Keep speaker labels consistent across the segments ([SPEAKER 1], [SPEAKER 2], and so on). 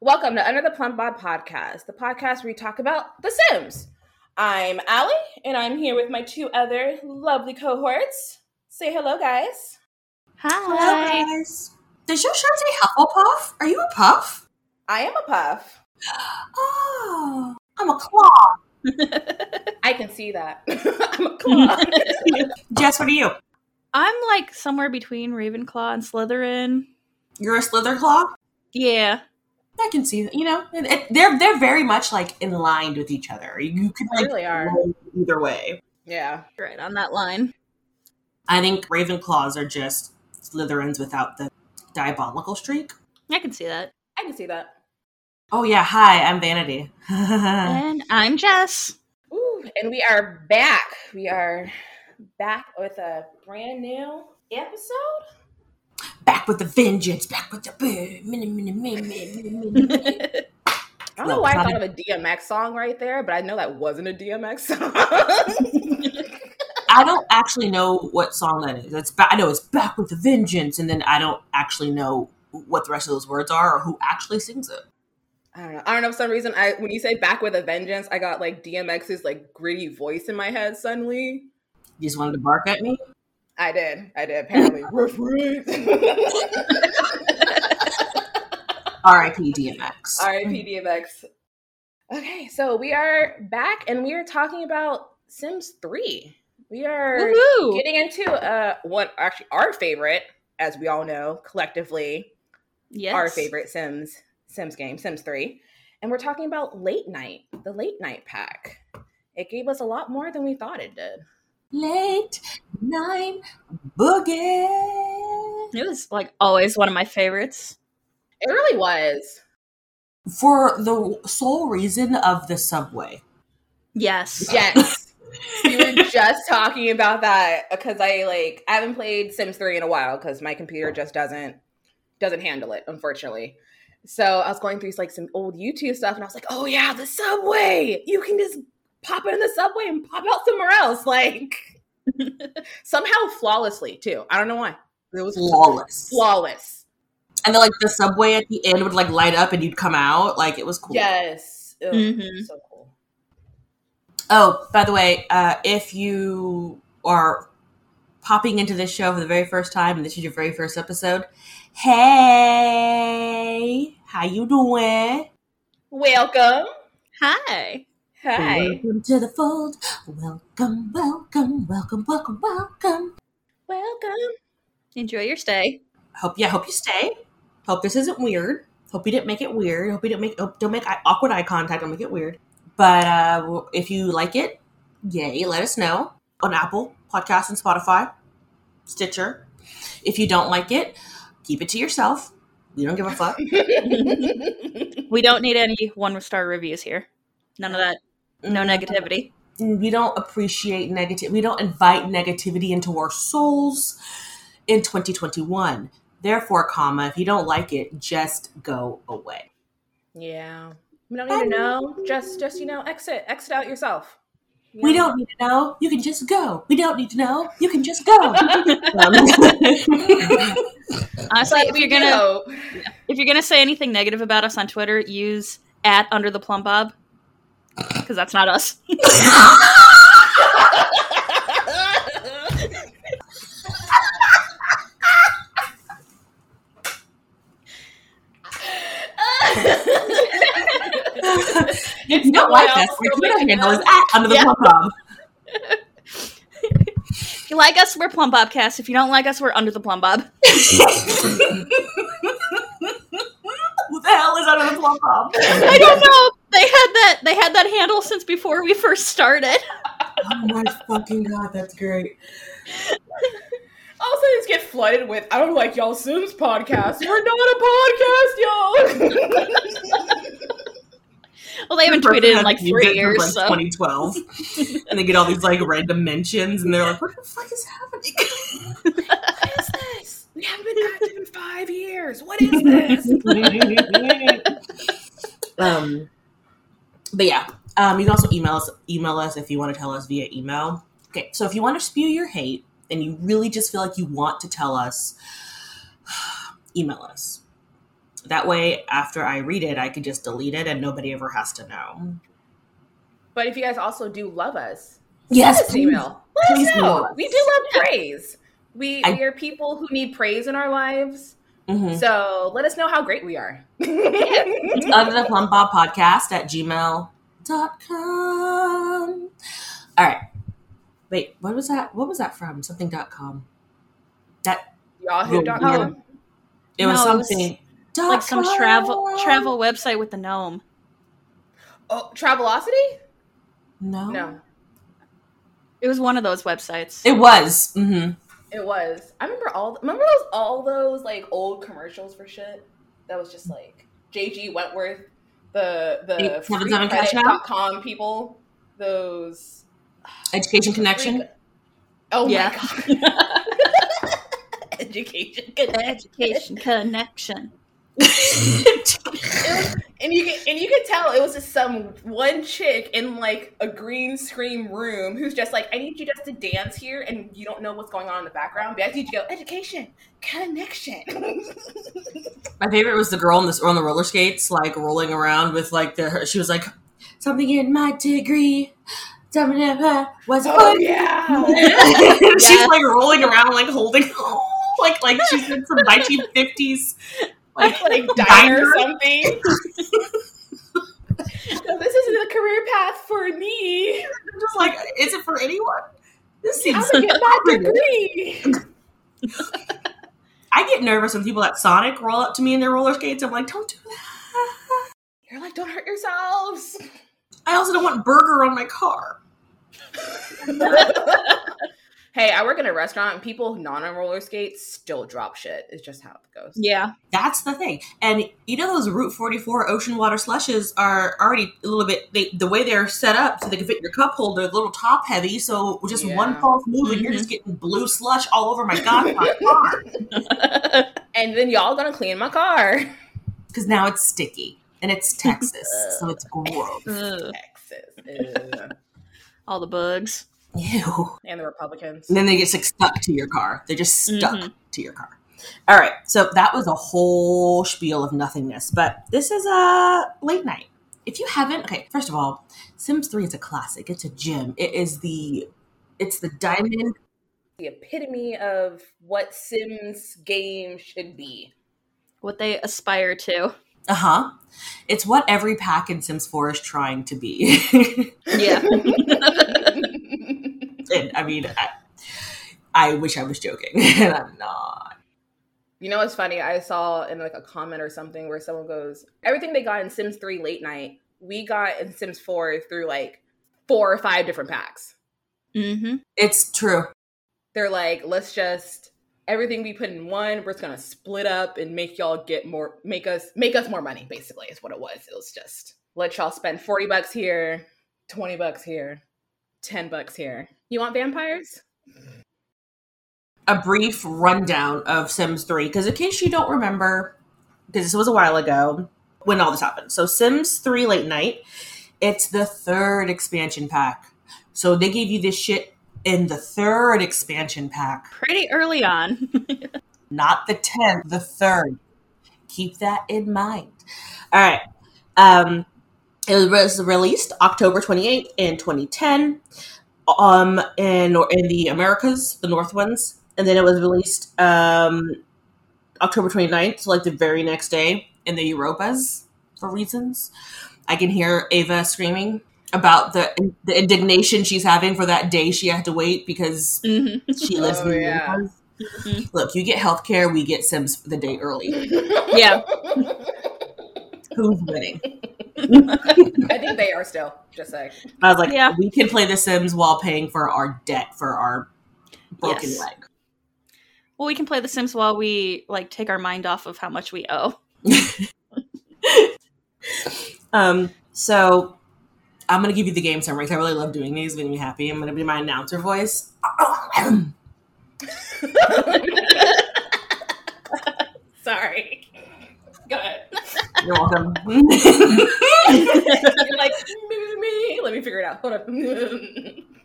[SPEAKER 1] Welcome to Under the Plum Bob podcast, the podcast where we talk about The Sims. I'm Allie, and I'm here with my two other lovely cohorts. Say hello, guys.
[SPEAKER 2] Hi.
[SPEAKER 3] Hello, guys. Does your shirt say Hufflepuff? Are you a puff?
[SPEAKER 1] I am a puff.
[SPEAKER 3] Oh, I'm a claw.
[SPEAKER 1] I can see that. I'm a claw.
[SPEAKER 3] Jess, what are you?
[SPEAKER 2] I'm like somewhere between Ravenclaw and Slytherin.
[SPEAKER 3] You're a Slitherclaw.
[SPEAKER 2] Yeah.
[SPEAKER 3] I can see that. You know, it, it- they're they're very much like in line with each other. You could
[SPEAKER 1] They
[SPEAKER 3] like
[SPEAKER 1] really are.
[SPEAKER 3] roll either way.
[SPEAKER 1] Yeah.
[SPEAKER 2] Right on that line.
[SPEAKER 3] I think Ravenclaws are just Slytherins without the diabolical streak.
[SPEAKER 2] I can see that.
[SPEAKER 1] I can see that.
[SPEAKER 3] Oh yeah, hi, I'm Vanity. yeah,
[SPEAKER 2] And I'm Jess.
[SPEAKER 1] Ooh, and we are back. We are back with a brand new episode.
[SPEAKER 3] back with the vengeance, back with the boom. mini, mini, mini, mini, mini, mini.
[SPEAKER 1] I don't know
[SPEAKER 3] Well,
[SPEAKER 1] why I
[SPEAKER 3] probably-
[SPEAKER 1] thought of a DMX song right there, but I know that wasn't a DMX song.
[SPEAKER 3] I don't actually know what song that is. It's ba- I know it's back with a vengeance, and then I don't actually know what the rest of those words are or who actually sings it.
[SPEAKER 1] I don't know. I don't know. For some reason, I when you say "back with a vengeance," I got like DMX's like gritty voice in my head. Suddenly,
[SPEAKER 3] You just wanted to bark at me.
[SPEAKER 1] I did. I did. Apparently, Ruff, ruff.
[SPEAKER 3] R.I.P. DMX.
[SPEAKER 1] R.I.P. DMX. Okay, so we are back, and we are talking about Sims Three. We are
[SPEAKER 2] Woohoo!
[SPEAKER 1] getting into uh what actually our favorite, as we all know collectively,
[SPEAKER 2] Yes.
[SPEAKER 1] our favorite Sims Sims game, Sims 3. And we're talking about late night, the late night pack. It gave us a lot more than we thought it did.
[SPEAKER 3] Late night boogie.
[SPEAKER 2] It was like always one of my favorites.
[SPEAKER 1] It really was.
[SPEAKER 3] For the sole reason of the subway.
[SPEAKER 2] Yes.
[SPEAKER 1] Yes. we were just talking about that because I like I haven't played Sims 3 in a while because my computer just doesn't doesn't handle it, unfortunately. So I was going through like some old YouTube stuff and I was like, oh yeah, the subway. You can just pop it in the subway and pop out somewhere else. Like somehow flawlessly too. I don't know why. It was
[SPEAKER 3] Flawless.
[SPEAKER 1] flawless.
[SPEAKER 3] And then like the subway at the end would like light up and you'd come out. Like it was cool.
[SPEAKER 1] Yes. Ugh,
[SPEAKER 2] Mhm.
[SPEAKER 1] So cool.
[SPEAKER 3] Oh, by the way, uh, if you are popping into this show for the very first time and this is your very first episode, hey, how you doing?
[SPEAKER 1] Welcome.
[SPEAKER 2] Hi.
[SPEAKER 1] Hi.
[SPEAKER 3] Welcome to the fold. Welcome, welcome, welcome, welcome, welcome.
[SPEAKER 1] Welcome.
[SPEAKER 2] Enjoy your stay.
[SPEAKER 3] Hope yeah, hope you stay. Hope this isn't weird. Hope you didn't make it weird. Hope you didn't make oh, don't make eye, awkward eye contact. Don't make it weird. But uh, if you like it, yay! Let us know on Apple Podcasts and Spotify, Stitcher. If you don't like it, keep it to yourself. We don't give a fuck.
[SPEAKER 2] We don't need any one star reviews here. None of that. No negativity.
[SPEAKER 3] we don't appreciate negative. We don't invite negativity into our souls in 2021. Therefore, comma, if you don't like it, just go away.
[SPEAKER 1] yeah. We don't
[SPEAKER 3] Um,
[SPEAKER 1] need to know. Just just you know, exit. Exit out yourself. You
[SPEAKER 3] We
[SPEAKER 1] know?
[SPEAKER 3] don't need to know. You can just go. We don't need to know. You can just go. Um,
[SPEAKER 2] Honestly,
[SPEAKER 1] But
[SPEAKER 2] if
[SPEAKER 1] we
[SPEAKER 2] you're gonna
[SPEAKER 1] do.
[SPEAKER 2] if you're gonna say anything negative about us on Twitter, use at under the plumb bob. Because that's not us.
[SPEAKER 3] if you don't like
[SPEAKER 1] Well,
[SPEAKER 3] us, your
[SPEAKER 1] so
[SPEAKER 3] Twitter
[SPEAKER 1] we-
[SPEAKER 3] handle is at under the
[SPEAKER 2] Yeah.
[SPEAKER 3] plum bob.
[SPEAKER 2] If you like us, we're Plum Bobcast. If you don't like us, we're under the plumb bob.
[SPEAKER 3] Who the hell is under the plum bob?
[SPEAKER 2] I don't know. They had that they had that handle since before we first started.
[SPEAKER 3] Oh my fucking god, that's great.
[SPEAKER 1] All of a sudden, just get flooded with I don't like y'all Sims podcast. We're not a podcast, y'all.
[SPEAKER 2] Well, they haven't tweeted in like three years,
[SPEAKER 3] like
[SPEAKER 2] so
[SPEAKER 3] 2012, and they get all these like random mentions, and they're like, "What the fuck is happening?"
[SPEAKER 1] what is this? We haven't been active in five years. What is this?
[SPEAKER 3] um, but yeah, um, you can also email us. Email us if you want to tell us via email. Okay, so if you want to spew your hate and you really just feel like you want to tell us, email us That way, after I read it, I can just delete it and nobody ever has to know.
[SPEAKER 1] But if you guys also do love us,
[SPEAKER 3] Yes,
[SPEAKER 1] send us an email. Let
[SPEAKER 3] Please
[SPEAKER 1] us
[SPEAKER 3] love
[SPEAKER 1] know.
[SPEAKER 3] us.
[SPEAKER 1] We do love praise. We,
[SPEAKER 3] I-
[SPEAKER 1] we are people who need praise in our lives.
[SPEAKER 3] Mm-hmm.
[SPEAKER 1] So let us know how great we are.
[SPEAKER 3] Under the Plum Bob Podcast at gmail.com. All right. Wait, what was that? What was that from? Something dot com. That
[SPEAKER 1] Yahoo.com.
[SPEAKER 3] it was
[SPEAKER 2] No, it was
[SPEAKER 3] something dot
[SPEAKER 2] like some
[SPEAKER 3] com.
[SPEAKER 2] travel travel website with the gnome.
[SPEAKER 1] Oh, Travelocity?
[SPEAKER 3] No,
[SPEAKER 1] No,
[SPEAKER 2] It was one of those websites.
[SPEAKER 3] it was. hmm
[SPEAKER 1] it was. I remember all. Remember those all those like old commercials for shit that was just like JG Wentworth, the the
[SPEAKER 3] Eight seven seven cash app?
[SPEAKER 1] freecredit.com people. Those.
[SPEAKER 3] Education Connection.
[SPEAKER 1] Oh
[SPEAKER 2] Yeah.
[SPEAKER 1] my god. Education
[SPEAKER 2] Education connection.
[SPEAKER 1] Mm-hmm. It was- and you can and you could tell it was just some one chick in like a green screen room who's just like, I need you just to dance here, and you don't know what's going on in the background, but I need you to go education connection.
[SPEAKER 3] My favorite was the girl on this on the roller skates, like rolling around with like the. She was like, something in my degree. Something in her was
[SPEAKER 1] oh
[SPEAKER 3] put
[SPEAKER 1] yeah,
[SPEAKER 3] she's
[SPEAKER 2] Yes.
[SPEAKER 3] like rolling around, like holding, like like she's in some nineteen fifties, like
[SPEAKER 1] like diner
[SPEAKER 3] diner.
[SPEAKER 1] or something. no, this isn't a career path for me.
[SPEAKER 3] I'm just like, is it for anyone? This
[SPEAKER 1] I'm
[SPEAKER 3] seems.
[SPEAKER 1] gonna get my degree.
[SPEAKER 3] I get nervous when people at Sonic roll up to me in their roller skates. I'm like, don't do that.
[SPEAKER 1] You're like, don't hurt yourselves.
[SPEAKER 3] I also don't want burger on my car.
[SPEAKER 1] hey, I work in a restaurant. and People not on roller skates still drop shit. It's just how it goes.
[SPEAKER 2] Yeah.
[SPEAKER 3] That's the thing. And you know those Route 44 ocean water slushes are already a little bit they, the way they're set up so they can fit in your cup holder, a little top heavy, so just
[SPEAKER 1] Yeah.
[SPEAKER 3] one false move and you're
[SPEAKER 2] Mhm.
[SPEAKER 3] just getting blue slush all over my god my car.
[SPEAKER 1] And then y'all gonna clean my car.
[SPEAKER 3] Because now it's sticky. And it's Texas, so it's gross.
[SPEAKER 2] Ugh.
[SPEAKER 1] Texas. Ew.
[SPEAKER 2] all the bugs.
[SPEAKER 3] Ew.
[SPEAKER 1] and the Republicans.
[SPEAKER 3] And then they get like, stuck to your car. They're just stuck
[SPEAKER 2] Mhm.
[SPEAKER 3] to your car. All right, so that was a whole spiel of nothingness, but this is a late night. If you haven't, okay, first of all, Sims 3 is a classic. It's a gem. It is the it's the diamond.
[SPEAKER 1] The epitome of what Sims game should be.
[SPEAKER 2] What they aspire to.
[SPEAKER 3] Uh-huh. It's what every pack in Sims 4 is trying to be.
[SPEAKER 2] Yeah.
[SPEAKER 3] and I mean, I, I wish I was joking, and I'm not.
[SPEAKER 1] You know what's funny? I saw in like a comment or something where someone goes, everything they got in Sims 3 late night, we got in Sims 4 through like four or five different packs.
[SPEAKER 2] mm-hmm.
[SPEAKER 3] It's true.
[SPEAKER 1] They're like, let's just everything we put in one, we're just gonna split up and make y'all get more make us make us more money, basically, is what it was. It was just let y'all spend 40 bucks here, 20 bucks here, 10 bucks here. You want vampires?
[SPEAKER 3] a brief rundown of Sims 3 because in case you don't remember, because this was a while ago when all this happened. So Sims 3 Late Night, it's the third expansion pack. So they gave you this shit in the third expansion pack,
[SPEAKER 2] Pretty early on.
[SPEAKER 3] not the 10th, the third. Keep that in mind. All right. Um it was released October 28th in 2010 um in in the Americas, the North ones, and then it was released um October 29th, so like the very next day in the Europas for reasons. I can hear Ava screaming about the the indignation she's having for that day she had to wait because
[SPEAKER 2] hmm
[SPEAKER 3] she lives
[SPEAKER 1] Oh,
[SPEAKER 3] in the
[SPEAKER 1] yeah.
[SPEAKER 3] Americas.
[SPEAKER 2] Mhm.
[SPEAKER 3] Look, you get healthcare, we get Sims the day early.
[SPEAKER 2] Yeah.
[SPEAKER 3] Who's winning?
[SPEAKER 1] I think they are still, just like
[SPEAKER 3] I was like,
[SPEAKER 2] Yeah.
[SPEAKER 3] we can play The Sims while paying for our debt for our broken
[SPEAKER 2] Yes.
[SPEAKER 3] leg.
[SPEAKER 2] Well, we can play The Sims while we like take our mind off of how much we owe.
[SPEAKER 3] Um, so I'm gonna give you the game summaries. I really love doing these, make me happy. I'm gonna be my announcer voice.
[SPEAKER 1] sorry. Go ahead.
[SPEAKER 3] You're welcome.
[SPEAKER 1] You're like, me, me, me. Let me figure it out. Hold up.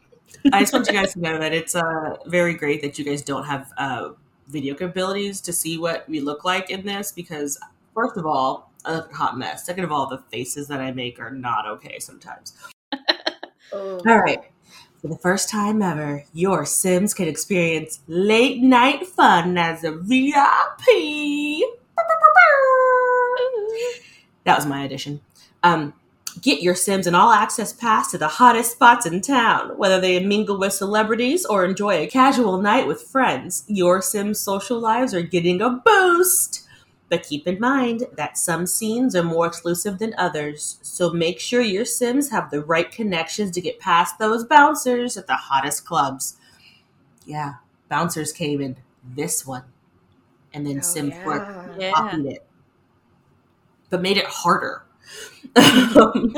[SPEAKER 3] I just want you guys to know that it's uh, very great that you guys don't have uh, video capabilities to see what we look like in this because First of all, a hot mess. Second of all, the faces that I make are not okay sometimes.
[SPEAKER 1] Oh.
[SPEAKER 3] All right. For the first time ever, your Sims can experience late night fun as a VIP. That was my addition. Um, get your Sims an all access pass to the hottest spots in town, whether they mingle with celebrities or enjoy a casual night with friends. Your Sims' social lives are getting a boost. But keep in mind that some scenes are more exclusive than others, so make sure your Sims have the right connections to get past those bouncers at the hottest clubs. Yeah, bouncers came in this one, and then
[SPEAKER 1] Oh,
[SPEAKER 3] Sim
[SPEAKER 1] yeah.
[SPEAKER 3] Flirt
[SPEAKER 2] Yeah.
[SPEAKER 3] copied it, but made it harder. Um,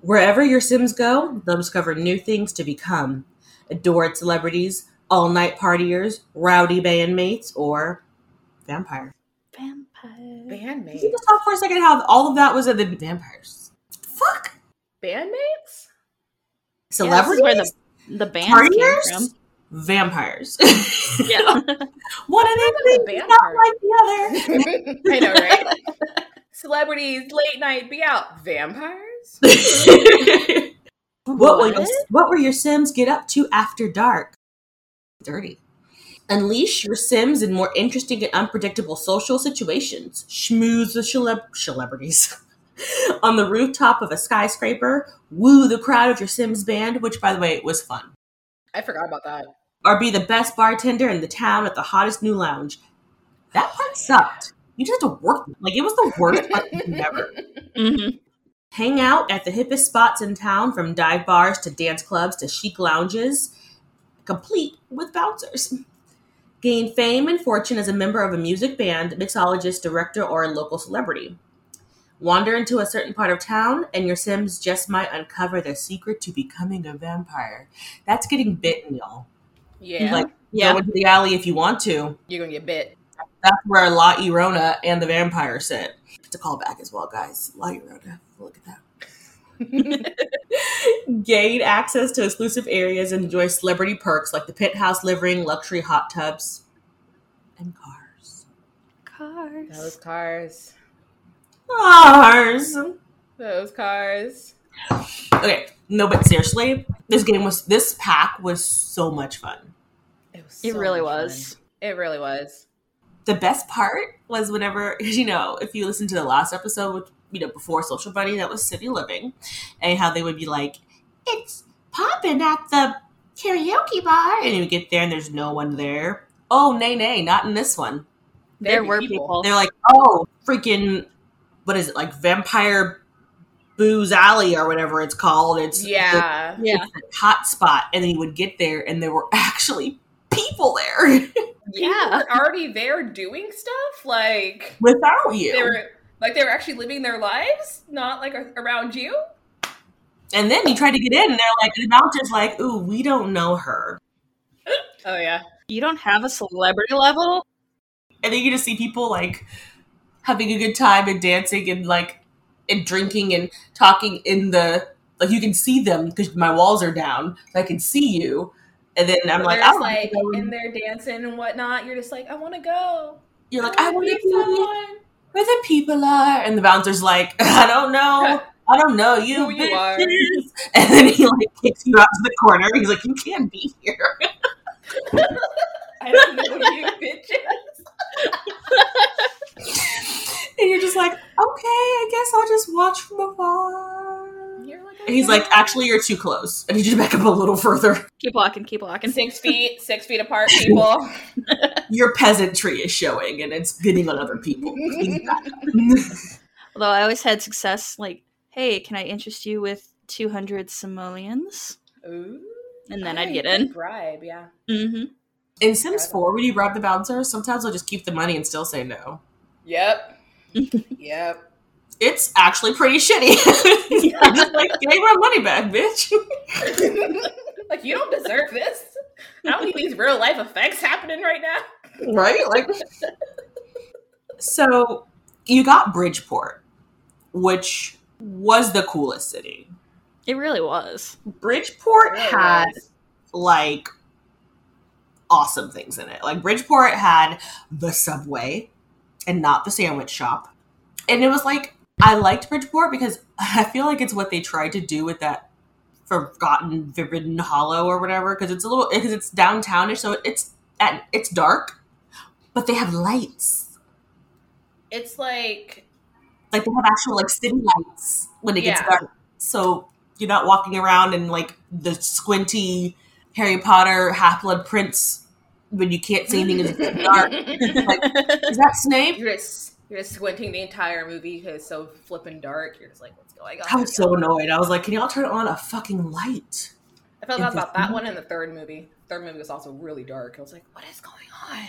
[SPEAKER 3] wherever your Sims go, they'll discover new things to become adored celebrities, all night partiers, rowdy bandmates, or vampires.
[SPEAKER 2] Vampire.
[SPEAKER 3] Did
[SPEAKER 1] Bandmates.
[SPEAKER 3] you just talk for a second how all of that was at the vampires? Fuck.
[SPEAKER 1] Bandmates?
[SPEAKER 3] Celebrities?
[SPEAKER 2] where The band came
[SPEAKER 3] Partiers?
[SPEAKER 2] from.
[SPEAKER 3] Vampires.
[SPEAKER 2] Yeah.
[SPEAKER 3] One of these
[SPEAKER 1] the
[SPEAKER 3] things is
[SPEAKER 1] vampires.
[SPEAKER 3] not like the
[SPEAKER 1] I
[SPEAKER 3] other.
[SPEAKER 1] know, right? Celebrities, late night be out. Vampires?
[SPEAKER 3] what, will your, what will your Sims get up to after dark? Dirty. Unleash your Sims in more interesting and unpredictable social situations. Schmooze with celeb- celebrities. On the rooftop of a skyscraper, woo the crowd of your Sims band, which, by the way, was fun.
[SPEAKER 1] I forgot about that.
[SPEAKER 3] Or be the best bartender in the town at the hottest new lounge. That part sucked. You just had to work. Like, it was the worst part ever.
[SPEAKER 2] Mhm.
[SPEAKER 3] Hang out at the hippest spots in town from dive bars to dance clubs to chic lounges, complete with bouncers. Gain fame and fortune as a member of a music band, mixologist, director, or a local celebrity. Wander into a certain part of town, and your Sims just might uncover the secret to becoming a vampire. That's getting bitten, y'all.
[SPEAKER 1] Yeah.
[SPEAKER 3] Like,
[SPEAKER 2] Yeah.
[SPEAKER 3] go into the alley if you want to.
[SPEAKER 1] You're going to get bit.
[SPEAKER 3] That's where La Irona and the vampire sit. It's a callback as well, guys. La Irona. Look at that. gain access to exclusive areas and enjoy celebrity perks like the penthouse living, luxury hot tubs, and cars.
[SPEAKER 1] Those
[SPEAKER 2] Cars.
[SPEAKER 1] cars.
[SPEAKER 3] Cars.
[SPEAKER 1] Those cars.
[SPEAKER 3] Okay, no, but seriously, this game was this pack was so much fun.
[SPEAKER 1] It, was
[SPEAKER 2] It
[SPEAKER 1] so
[SPEAKER 2] really
[SPEAKER 1] much
[SPEAKER 2] was.
[SPEAKER 1] fun. It really was.
[SPEAKER 3] The best part was whenever you know if you listen to the last episode, which, you know before Social Bunny, that was City Living, and how they would be like, "It's popping at the karaoke bar," and you get there and there's no one there. Oh, nay, nay, not in this one.
[SPEAKER 1] There'd
[SPEAKER 2] There
[SPEAKER 1] be
[SPEAKER 2] were
[SPEAKER 1] people.
[SPEAKER 2] people.
[SPEAKER 3] They're like, oh, freaking, what is it like, vampire booze alley or whatever it's called? It's
[SPEAKER 1] Yeah.
[SPEAKER 2] yeah.
[SPEAKER 3] the hot spot, and then you would get there, and there were actually people there
[SPEAKER 1] People
[SPEAKER 2] Yeah.
[SPEAKER 1] were already there doing stuff. Like,
[SPEAKER 3] without you.
[SPEAKER 1] they were. Like they were actually living their lives, not like a- around you.
[SPEAKER 3] and then you tried to get in, and they're like, the bouncer's like, ooh, we don't know her.
[SPEAKER 1] Oh yeah,
[SPEAKER 2] You don't have a celebrity level?
[SPEAKER 3] And then you just see people like having a good time and dancing and like and drinking and talking in the like you can see them because my walls are down, so I can see you. And then I'm like,
[SPEAKER 1] There's,
[SPEAKER 3] oh,
[SPEAKER 1] like
[SPEAKER 3] you know,
[SPEAKER 1] in there dancing and whatnot. You're just like, I want to go.
[SPEAKER 3] You're like, I want to
[SPEAKER 1] wanna
[SPEAKER 3] be where
[SPEAKER 1] someone.
[SPEAKER 3] the people are, and the bouncer's like, I don't know, I don't know you,
[SPEAKER 1] Who you are.
[SPEAKER 3] bitches. and then he like kicks you out to the corner. He's like, you can't be here.
[SPEAKER 1] I don't know you bitches.
[SPEAKER 3] And you're just like, okay, I guess I'll just watch from afar.
[SPEAKER 1] You're like,
[SPEAKER 3] And he's like, actually, you're too close. I need you to back up a little further.
[SPEAKER 2] Keep walking, keep walking.
[SPEAKER 1] six feet, six feet apart, people.
[SPEAKER 3] Your peasantry is showing, and it's getting on other people.
[SPEAKER 2] Although I always had success, like, hey, can I interest you with 200 simoleons?
[SPEAKER 1] Ooh.
[SPEAKER 2] And then
[SPEAKER 1] Ah,
[SPEAKER 2] I'd
[SPEAKER 1] you
[SPEAKER 2] get
[SPEAKER 1] can
[SPEAKER 2] in.
[SPEAKER 1] Bribe, yeah.
[SPEAKER 2] hmm
[SPEAKER 3] In Sims 4, when you rob the bouncer, sometimes they'll just keep the money and still say no.
[SPEAKER 1] Yep. yep.
[SPEAKER 3] It's actually pretty shitty. I'm just like, give my money back, bitch.
[SPEAKER 1] like you don't deserve this. I don't think these real life effects happening right now.
[SPEAKER 3] right? Like, so you got Bridgeport, which was the coolest city.
[SPEAKER 2] It really was.
[SPEAKER 3] Bridgeport
[SPEAKER 1] Really
[SPEAKER 3] had
[SPEAKER 1] was.
[SPEAKER 3] like awesome things in it. Like Bridgeport had the subway. and not the sandwich shop. And it was like I liked Bridgeport because I feel like it's what they tried to do with that forgotten Forbidden Hollow or whatever because it's a little because it's downtownish, so it's at it's dark, but they have lights.
[SPEAKER 1] It's like
[SPEAKER 3] Like they have actual like city lights when it gets
[SPEAKER 1] Yeah.
[SPEAKER 3] dark, so you're not walking around in like the squinty Harry Potter Half Blood Prince when you can't see anything 'cause it's dark. Like, is that Snape?
[SPEAKER 1] you're just you're just squinting the entire movie because it's so flipping dark. You're just like, what's going on?
[SPEAKER 3] I was so annoyed. I was like, can y'all turn on a fucking light?
[SPEAKER 1] I felt bad about that one and the third movie. Third movie was also really dark. I was like, what is going on?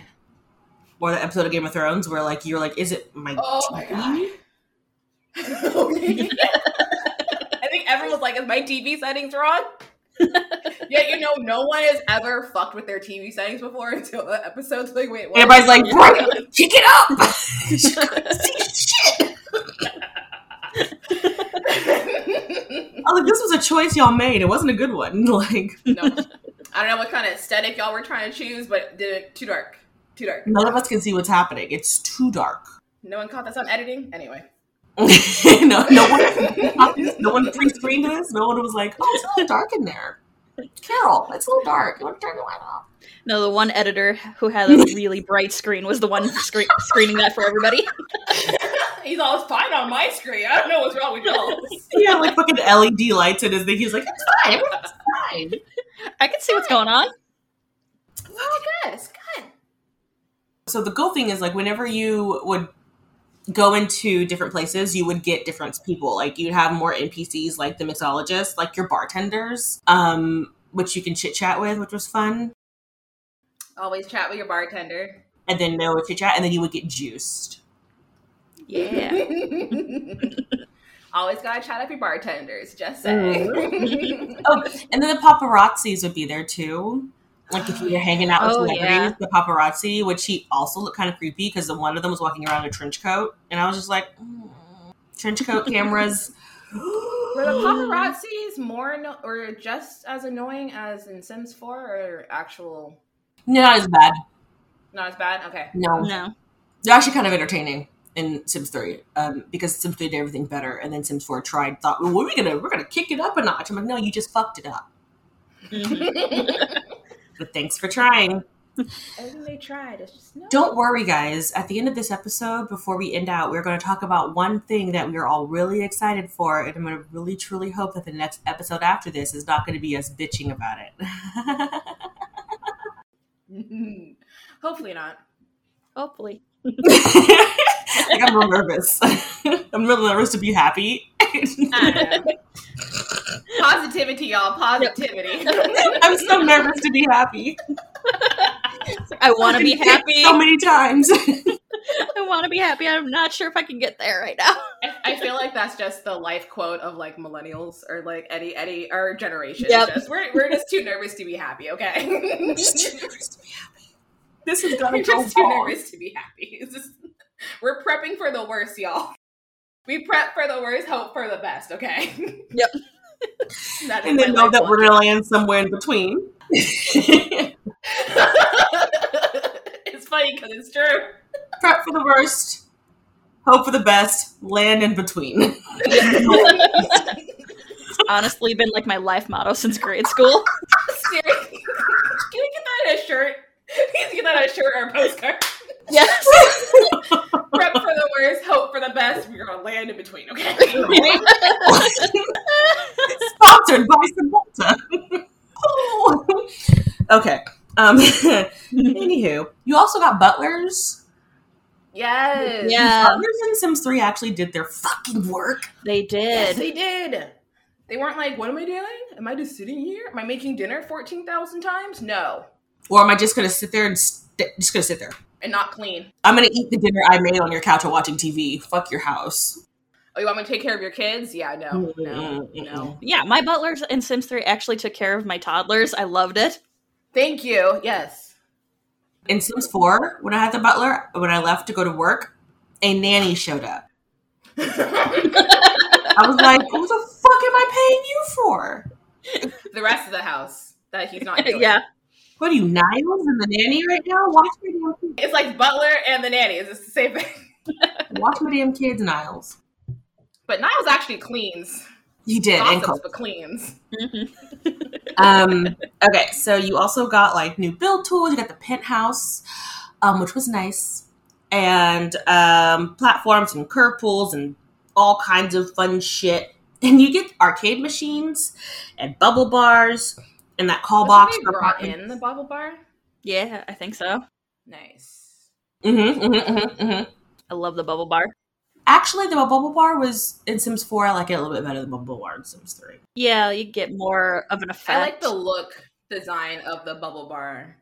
[SPEAKER 3] Or the episode of Game of Thrones where like you're like, is it my
[SPEAKER 1] Oh my god. I think everyone's like, is my TV settings wrong? Yet you know, no one has ever fucked with their TV settings before until the episode's like, wait, what?
[SPEAKER 3] Everybody's like, Brian, kick it up. She couldn't see shit. I was like, this was a choice y'all made. It wasn't a good one. Like,
[SPEAKER 1] no. I don't know what kind of aesthetic y'all were trying to choose, but did it too dark. Too dark.
[SPEAKER 3] none of us can see what's happening. It's too dark.
[SPEAKER 1] No one caught this on editing? Anyway.
[SPEAKER 3] no, no one, no one pre-screened this. No one was like, oh, it's a little dark in there. Carol, it's a little dark. You want to turn the light off?
[SPEAKER 2] No, the one editor who had a really bright screen was the one scre- screening that for everybody.
[SPEAKER 1] He's all "It's fine on my screen. I don't know what's wrong with y'all.
[SPEAKER 3] Yeah, like fucking LED lights in his thing. He's like, it's fine. Everything's fine.
[SPEAKER 2] I can see what's going on.
[SPEAKER 1] Oh, good. It's good.
[SPEAKER 3] so the cool thing is like whenever you would go into different places you would get different people like you'd have more npcs like the mixologist like your bartenders um which you can chit chat with which was fun
[SPEAKER 1] Always chat with your bartender.
[SPEAKER 3] and then no chit chat and then you would get juiced
[SPEAKER 2] Yeah.
[SPEAKER 1] Always gotta chat up your bartenders. Just saying.
[SPEAKER 3] oh and then the paparazzis would be there too like if you were hanging out with
[SPEAKER 2] Oh,
[SPEAKER 3] celebrities,
[SPEAKER 2] yeah.
[SPEAKER 3] the paparazzi, which he also looked kind of creepy because one of them was walking around in a trench coat, and I was just like, mm, trench coat cameras.
[SPEAKER 1] Were the paparazzis more anno- or just as annoying as in Sims 4 or actual?
[SPEAKER 3] Not as bad.
[SPEAKER 1] Not as bad? Okay.
[SPEAKER 3] No,
[SPEAKER 2] No.
[SPEAKER 3] they're actually kind of entertaining in Sims 3 um, because Sims 3 did everything better, and then Sims 4 tried thought well, we're gonna we're gonna kick it up a notch. I'm like, no, you just fucked it up.
[SPEAKER 2] Mhm.
[SPEAKER 3] But thanks for trying.
[SPEAKER 1] Everything they tried is just no.
[SPEAKER 3] Don't worry, guys. At the end of this episode, before we end out, we're going to talk about one thing that we are all really excited for, and I'm going to really truly hope that the next episode after this is not going to be us bitching about it.
[SPEAKER 1] Hopefully not.
[SPEAKER 2] Hopefully.
[SPEAKER 3] like, I'm real nervous. I'm real nervous to be happy.
[SPEAKER 1] I don't know. Positivity, y'all. Positivity.
[SPEAKER 3] I'm so nervous to be happy.
[SPEAKER 2] I want to be happy.
[SPEAKER 3] so many times.
[SPEAKER 2] I want to be happy. I'm not sure if I can get there right now.
[SPEAKER 1] I, I feel like that's just the life quote of like millennials or like any any our generation.
[SPEAKER 2] Yep.
[SPEAKER 1] Just, we're we're just too nervous to be happy. Okay,
[SPEAKER 3] This is
[SPEAKER 1] we're
[SPEAKER 3] gonna go
[SPEAKER 1] just too
[SPEAKER 3] wrong.
[SPEAKER 1] nervous to be happy. It's just- we're prepping for the worst, y'all. We prep for the worst, hope for the best. Okay.
[SPEAKER 2] Yep.
[SPEAKER 1] That is
[SPEAKER 3] And then
[SPEAKER 1] my
[SPEAKER 3] know that
[SPEAKER 1] life
[SPEAKER 3] we're gonna land somewhere in between. Prep
[SPEAKER 1] quote. it's funny because it's true.
[SPEAKER 3] for the worst, hope for the best, land in between.
[SPEAKER 2] Honestly, been like my life motto since grade school.
[SPEAKER 1] Seriously, can we get that on a shirt? Please get that on a shirt or a postcard.
[SPEAKER 2] Yes.
[SPEAKER 1] Prep for the worst, hope for the best. We're gonna land in between. Okay.
[SPEAKER 3] Sponsored by Samantha. Oh. okay. Um, anywho, you also got butlers.
[SPEAKER 1] Yes.
[SPEAKER 2] yeah,
[SPEAKER 3] Butlers in Sims 3 actually did their fucking work.
[SPEAKER 2] they
[SPEAKER 1] Yes,
[SPEAKER 2] did.
[SPEAKER 1] they did. They weren't like, what am I doing? Am I just sitting here? Am I making dinner 14,000 times? No.
[SPEAKER 3] Or am I just gonna sit there and st- just gonna sit there?
[SPEAKER 1] And not clean.
[SPEAKER 3] I'm gonna eat the dinner I made on your couch while watching TV. Fuck your house.
[SPEAKER 1] Oh, you want me to take care of your kids? Yeah, Oh, no.
[SPEAKER 3] Mm-hmm.
[SPEAKER 1] No. No.
[SPEAKER 2] Yeah, my butlers in Sims 3 actually took care of my toddlers. I loved it.
[SPEAKER 1] Thank you. Yes.
[SPEAKER 3] In Sims 4, when I had the butler, when I left to go to work, a nanny showed up.
[SPEAKER 1] the
[SPEAKER 3] I was like, "What the fuck am I paying you for?
[SPEAKER 1] rest of the house that he's not doing.
[SPEAKER 2] yeah.
[SPEAKER 3] What are you, Niles and the nanny right now? Watch me.
[SPEAKER 1] It's like butler and the nanny. It's just the same thing.
[SPEAKER 3] Watch my damn kids, Niles.
[SPEAKER 1] But Niles actually cleans.
[SPEAKER 3] You did. and
[SPEAKER 1] Gossips,
[SPEAKER 3] cook.
[SPEAKER 1] but cleans.
[SPEAKER 3] Um, okay, so you also got like new build tools. You got the penthouse, um, which was nice, and um, platforms and curb pools and all kinds of fun shit. And you get arcade machines and bubble bars and that call
[SPEAKER 1] That's when
[SPEAKER 3] box.
[SPEAKER 1] They brought in the bubble bar.
[SPEAKER 2] Yeah, I think so.
[SPEAKER 1] Nice.
[SPEAKER 3] Mm-hmm, mm-hmm, mm-hmm.
[SPEAKER 2] I love the bubble bar.
[SPEAKER 3] Actually, the bubble bar was in Sims 4. I like it a little bit better than bubble bar in Sims 3.
[SPEAKER 2] Yeah, you get more of an effect.
[SPEAKER 1] I like the look design of the bubble bar.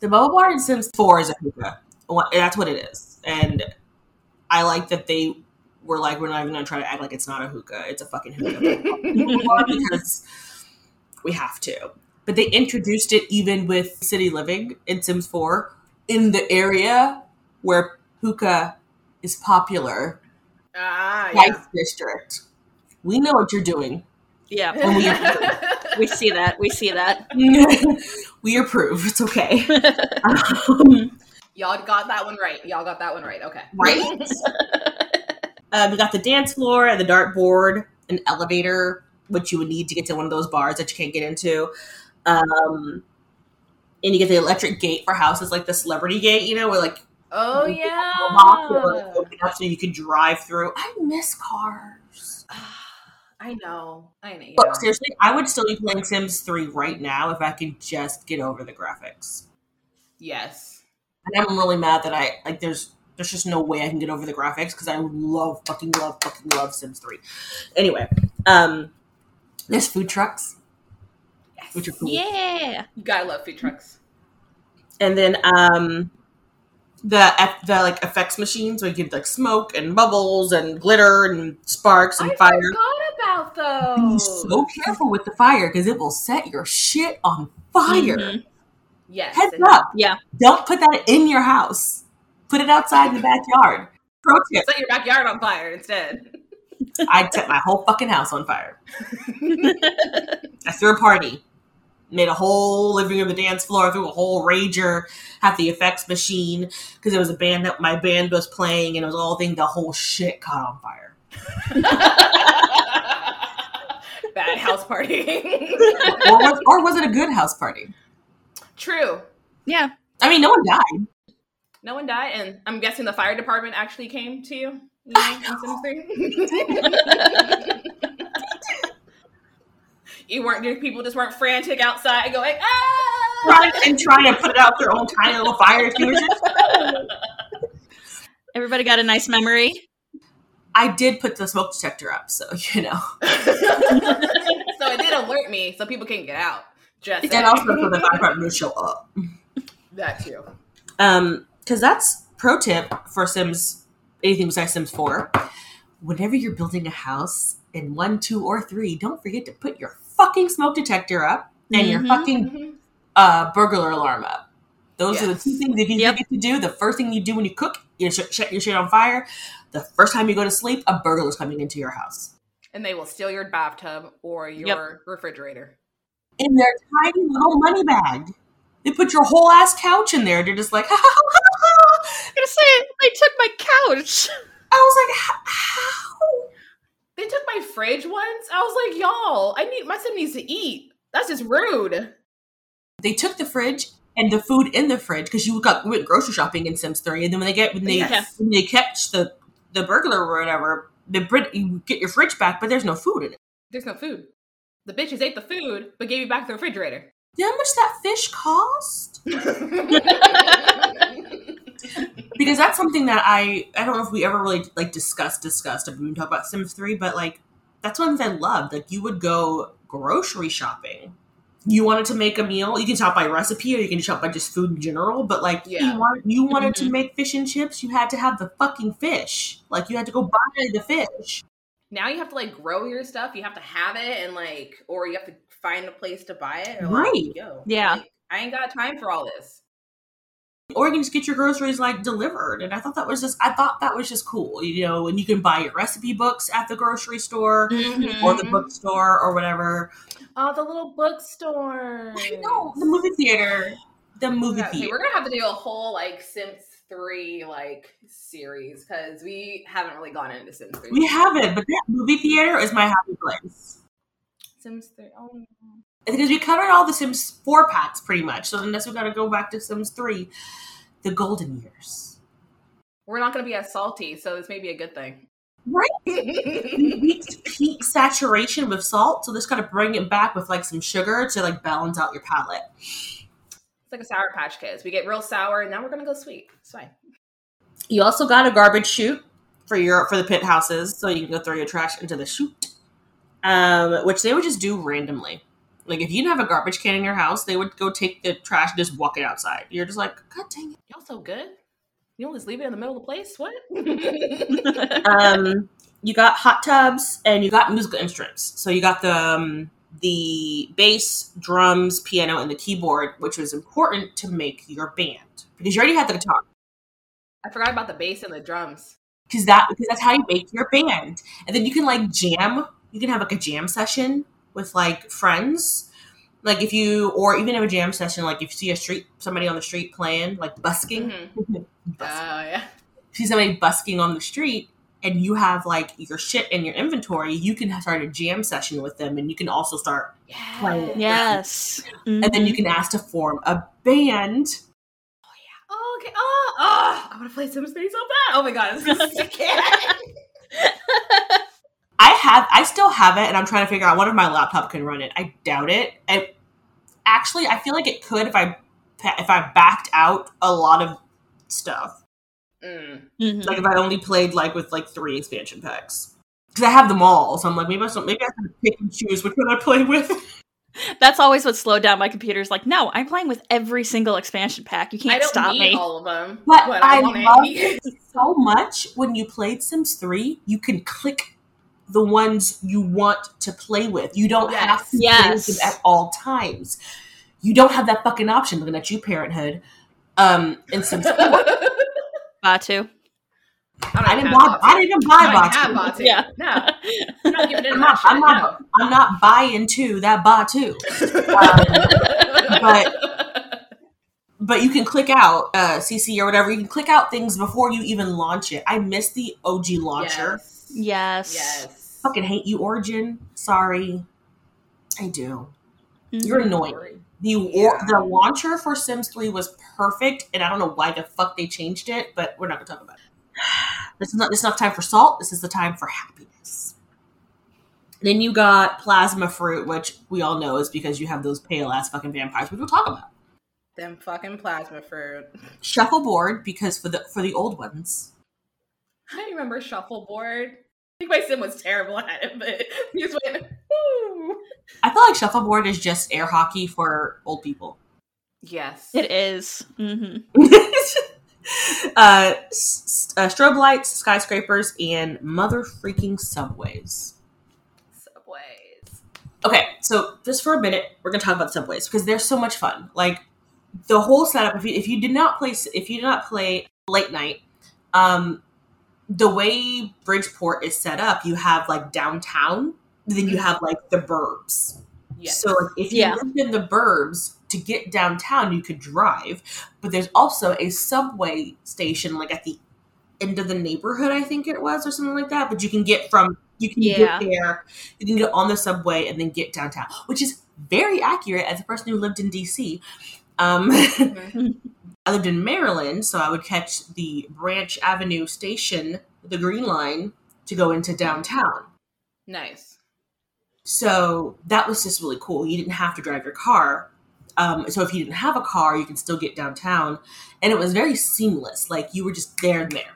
[SPEAKER 3] The bubble bar in Sims 4 is a hookah. What- That's what it is. And I like that they were like, we're not even going to try to act like it's not a hookah. It's a fucking hookah bubble bar because we have to. But they introduced it even with City Living in Sims 4 in the area where hookah is popular.
[SPEAKER 1] ah,
[SPEAKER 3] Life District. We know what you're doing.
[SPEAKER 2] yeah,
[SPEAKER 3] and we-
[SPEAKER 2] we see that. We see that.
[SPEAKER 3] we approve. It's okay. Um,
[SPEAKER 1] Y'all got that one right. Y'all got that one right. Okay.
[SPEAKER 3] right? um, we got the dance floor and the dartboard, an elevator, which you would need to get to one of those bars that you can't get into. Um, and you get the electric gate for houses, like the celebrity gate, you know, where like
[SPEAKER 1] Oh
[SPEAKER 3] you can
[SPEAKER 1] yeah.
[SPEAKER 3] lock or like, open up so you can drive through. I miss cars.
[SPEAKER 1] I know. I know.
[SPEAKER 3] But seriously, I would still be playing Sims 3 right now if I could just get over the graphics.
[SPEAKER 1] Yes.
[SPEAKER 3] And I'm really mad that I like there's there's just no way I can get over the graphics because I love fucking love fucking love Sims 3. Anyway, um there's food trucks,
[SPEAKER 1] Yes.
[SPEAKER 3] which are cool.
[SPEAKER 2] yeah,
[SPEAKER 1] You gotta love food trucks.
[SPEAKER 3] And then um the eff- the like effects machines where you get like smoke and bubbles and glitter and sparks and
[SPEAKER 1] I
[SPEAKER 3] fire.
[SPEAKER 1] forgot about
[SPEAKER 3] Be
[SPEAKER 1] those.
[SPEAKER 3] so careful with the fire because it will set your shit on fire.
[SPEAKER 2] Mhm.
[SPEAKER 1] Mm-hmm. yes.
[SPEAKER 3] Heads
[SPEAKER 1] and-
[SPEAKER 3] up.
[SPEAKER 2] yeah.
[SPEAKER 3] Don't put that in your house. Put it outside in the backyard. Pro tip.
[SPEAKER 1] Set your backyard on fire instead.
[SPEAKER 3] I'd set my whole fucking house on fire. I threw a party. Made a whole living room, the dance floor, threw a whole rager, had the effects machine, because it was a band that my band was playing, and it was all thing, the whole shit caught on fire.
[SPEAKER 1] Bad house party.
[SPEAKER 3] or, was, or was it a good house party?
[SPEAKER 1] True.
[SPEAKER 2] yeah.
[SPEAKER 3] I mean, no one died.
[SPEAKER 1] No one died, and I'm guessing the fire department actually came to you. you know, in Sims 3? you weren't. Your people just weren't frantic outside, going ah.
[SPEAKER 3] Trying- and trying to put it out their own tiny little fire extinguisher.
[SPEAKER 2] Everybody got a nice memory.
[SPEAKER 3] I did put the smoke detector up, so, you know.
[SPEAKER 1] so it did alert me, so people can get out. Just
[SPEAKER 3] And
[SPEAKER 1] saying.
[SPEAKER 3] also for the fire department to show up.
[SPEAKER 1] that too.
[SPEAKER 3] Um, because that's pro tip for Sims, anything besides Sims 4. Whenever you're building a house in one, two, or three, don't forget to put your fucking smoke detector up and your
[SPEAKER 2] Mhm.
[SPEAKER 3] fucking
[SPEAKER 1] Mhm.
[SPEAKER 3] uh, burglar alarm up. Those are the two
[SPEAKER 1] Yes.
[SPEAKER 3] things if you
[SPEAKER 2] Yep.
[SPEAKER 3] forget to do. The first thing you do when you cook, you sh- set your shit on fire. The first time you go to sleep, a burglar's coming into your house
[SPEAKER 1] And they will steal your bathtub or your
[SPEAKER 2] Yep.
[SPEAKER 1] refrigerator.
[SPEAKER 3] in their tiny little money bag. They put your whole ass couch in there. They're just like, ha ha ha ha. ha.
[SPEAKER 2] I'm gonna say they took my couch.
[SPEAKER 3] I was like, "H- how?
[SPEAKER 1] They took my fridge once. I was like, y'all, I need my son needs to eat. That's just rude.
[SPEAKER 3] they took the fridge and the food in the fridge because you got we went grocery shopping in Sims Three, and then when they get when they
[SPEAKER 2] Yeah.
[SPEAKER 3] when they catch the the burglar or whatever, the Brit you get your fridge back, but there's no food in it.
[SPEAKER 1] There's no food. The bitches ate the food, but gave you back the refrigerator.
[SPEAKER 3] You know how much that fish cost? Because that's something that I I don't know if we ever really like discussed discussed when we talk about Sims Three, but like that's one thing I loved. Like you would go grocery shopping. You wanted to make a meal. You can shop by recipe, or you can shop by just food in general. But like,
[SPEAKER 1] Yeah.
[SPEAKER 3] you wanted you wanted to make fish and chips. You had to have the fucking fish. Like you had to go buy the fish.
[SPEAKER 1] now you have to like grow your stuff. You have to have it and like, or you have to find a place to buy it. Or, like,
[SPEAKER 3] Right.
[SPEAKER 1] Yo,
[SPEAKER 2] Yeah.
[SPEAKER 1] like, I ain't got time for all this.
[SPEAKER 3] Or you can just get your groceries like delivered. And I thought that was just I thought that was just cool, you know. And you can buy your recipe books at the grocery store
[SPEAKER 2] Mm-hmm.
[SPEAKER 3] or the
[SPEAKER 1] Mhm.
[SPEAKER 3] bookstore or whatever.
[SPEAKER 1] Oh, the little bookstore.
[SPEAKER 3] I know Oh, the movie theater. The movie
[SPEAKER 1] Okay,
[SPEAKER 3] theater.
[SPEAKER 1] we're gonna have to do a whole like Sims three like series because we haven't really gone into Sims three.
[SPEAKER 3] We haven't, but that movie theater is my happy place.
[SPEAKER 1] Sims three. Oh no.
[SPEAKER 3] Because we covered all the Sims 4 packs pretty much. So unless we got to go back to Sims 3, the golden years.
[SPEAKER 1] We're not going to be as salty, so this may be a good thing.
[SPEAKER 3] Right? We reached peak saturation with salt, so just got to bring it back with like some sugar to like balance out your palate.
[SPEAKER 1] It's like a Sour Patch Kids. We get real sour, and now we're gonna go sweet. It's fine.
[SPEAKER 3] You also got a garbage chute for your for the pit houses, so you can go throw your trash into the chute, um, which they would just do randomly. Like if you didn't have a garbage can in your house, they would go take the trash and just walk it outside. You're just like, God dang it.
[SPEAKER 1] Y'all so good. You don't just leave it in the middle of the place. What?
[SPEAKER 3] Um, you got hot tubs and you got musical instruments. So you got the um, the bass, drums, piano, and the keyboard, which was important to make your band because you already had the guitar.
[SPEAKER 1] I forgot about the bass and the drums.
[SPEAKER 3] because that because that's how you make your band. And then you can like jam. You can have like a jam session with like friends. Like if you or even have a jam session, like if you see a street somebody on the street playing, like busking.
[SPEAKER 1] Mhm. Oh
[SPEAKER 3] busking.
[SPEAKER 1] yeah.
[SPEAKER 3] If you see somebody busking on the street and you have like your shit in your inventory, you can start a jam session with them and you can also start
[SPEAKER 1] Yeah.
[SPEAKER 3] Play.
[SPEAKER 2] Yes.
[SPEAKER 3] and then you can ask to form a band.
[SPEAKER 1] Oh, okay. Oh, oh, I want to play Sims 3 so bad. Oh my god, this is I can't.
[SPEAKER 3] I have I still have it and I'm trying to figure out one of my laptop can run it. I doubt it. I actually I feel like it could if I if I backed out a lot of stuff.
[SPEAKER 1] Mm.
[SPEAKER 2] Mhm.
[SPEAKER 3] Like if I only played like with like three expansion packs. Cuz I have them all. So I'm like maybe I should, maybe I should pick and choose which one I play with.
[SPEAKER 2] That's always what slowed down my computer. Is like, no, I'm playing with every single expansion pack. You
[SPEAKER 1] I
[SPEAKER 2] can't
[SPEAKER 1] don't
[SPEAKER 2] stop
[SPEAKER 1] need
[SPEAKER 2] me.
[SPEAKER 1] all of them,
[SPEAKER 3] But I
[SPEAKER 1] want it.
[SPEAKER 3] love so much when you played Sims 3, you can click the ones you want to play with. You don't
[SPEAKER 1] Yes.
[SPEAKER 3] have to
[SPEAKER 2] Yes.
[SPEAKER 3] play with them at all times. You don't have that fucking option looking at you, Parenthood. Um, in Sims 4. I
[SPEAKER 2] Batu.
[SPEAKER 1] I
[SPEAKER 3] didn't buy. I didn't even buy
[SPEAKER 1] I
[SPEAKER 3] bots.
[SPEAKER 1] have bots.
[SPEAKER 2] Yeah.
[SPEAKER 1] No, I'm not giving in.
[SPEAKER 3] I'm not, I'm, not, I'm not buying to that Batu. Um,
[SPEAKER 1] but
[SPEAKER 3] but you can click out uh, CC or whatever. You can click out things before you even launch it. I miss the OG launcher.
[SPEAKER 1] Yes.
[SPEAKER 2] Yes.
[SPEAKER 1] yes.
[SPEAKER 3] Fucking hate you, Origin. Sorry, I do.
[SPEAKER 2] Mhm.
[SPEAKER 3] You're annoying. The or, the launcher for Sims 3 was perfect, and I don't know why the fuck they changed it, but we're not gonna talk about it. This is not this is not time for salt. This is the time for happiness. Then you got plasma fruit, which we all know is because you have those pale ass fucking vampires, which we'll talk about.
[SPEAKER 1] Them fucking plasma fruit.
[SPEAKER 3] Shuffleboard, because for the for the old ones,
[SPEAKER 1] I remember shuffleboard. I think my sim was terrible at it, but he just went, Woo.
[SPEAKER 3] I feel like shuffleboard is just air hockey for old people.
[SPEAKER 1] Yes.
[SPEAKER 2] It is. Mhm.
[SPEAKER 3] uh, s- s- uh, strobe lights, skyscrapers, and mother freaking subways.
[SPEAKER 1] Subways.
[SPEAKER 3] Okay, so just for a minute, we're gonna talk about subways because they're so much fun. Like the whole setup. If you if you did not play if you did not play late night, um, the way Bridgeport is set up, you have like downtown, then you have like the burbs.
[SPEAKER 1] Yes.
[SPEAKER 3] So like, if you
[SPEAKER 2] Yeah.
[SPEAKER 3] lived in the burbs to get downtown, you could drive, but there's also a subway station like at the end of the neighborhood, I think it was, or something like that. But you can get from you can
[SPEAKER 2] Yeah.
[SPEAKER 3] get there, you can get on the subway and then get downtown, which is very accurate as a person who lived in DC. Um,
[SPEAKER 1] Mhm.
[SPEAKER 3] I lived in Maryland, so I would catch the Branch Avenue station, the Green Line, to go into downtown.
[SPEAKER 1] nice.
[SPEAKER 3] So that was just really cool. You didn't have to drive your car. Um, so if you didn't have a car, you can still get downtown, and it was very seamless. Like you were just there and there.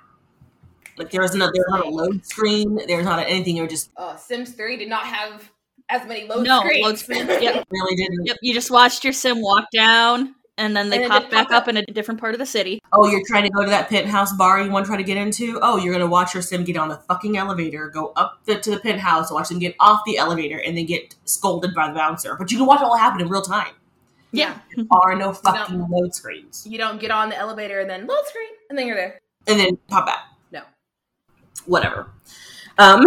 [SPEAKER 3] Like there was no, there was not a load screen. There was not anything. You were just
[SPEAKER 1] Oh, Sims 3 did not have as many load
[SPEAKER 2] no,
[SPEAKER 1] screens.
[SPEAKER 2] load screen. Yep.
[SPEAKER 3] really didn't.
[SPEAKER 2] yep. You just watched your sim walk down, and then they
[SPEAKER 1] And then
[SPEAKER 2] pop
[SPEAKER 1] they
[SPEAKER 2] back
[SPEAKER 1] pop up.
[SPEAKER 2] up in a different part of the city.
[SPEAKER 3] Oh, you're trying to go to that penthouse bar you want to try to get into. Oh, you're gonna watch your sim get on a fucking elevator, go up the, to the penthouse, watch them get off the elevator, and then get scolded by the bouncer. But you can watch it all happen in real time.
[SPEAKER 2] Yeah.
[SPEAKER 3] Are no fucking load screens.
[SPEAKER 1] You don't get on the elevator and then load screen, and then you're there.
[SPEAKER 3] and then pop back.
[SPEAKER 1] No.
[SPEAKER 3] Whatever. Um,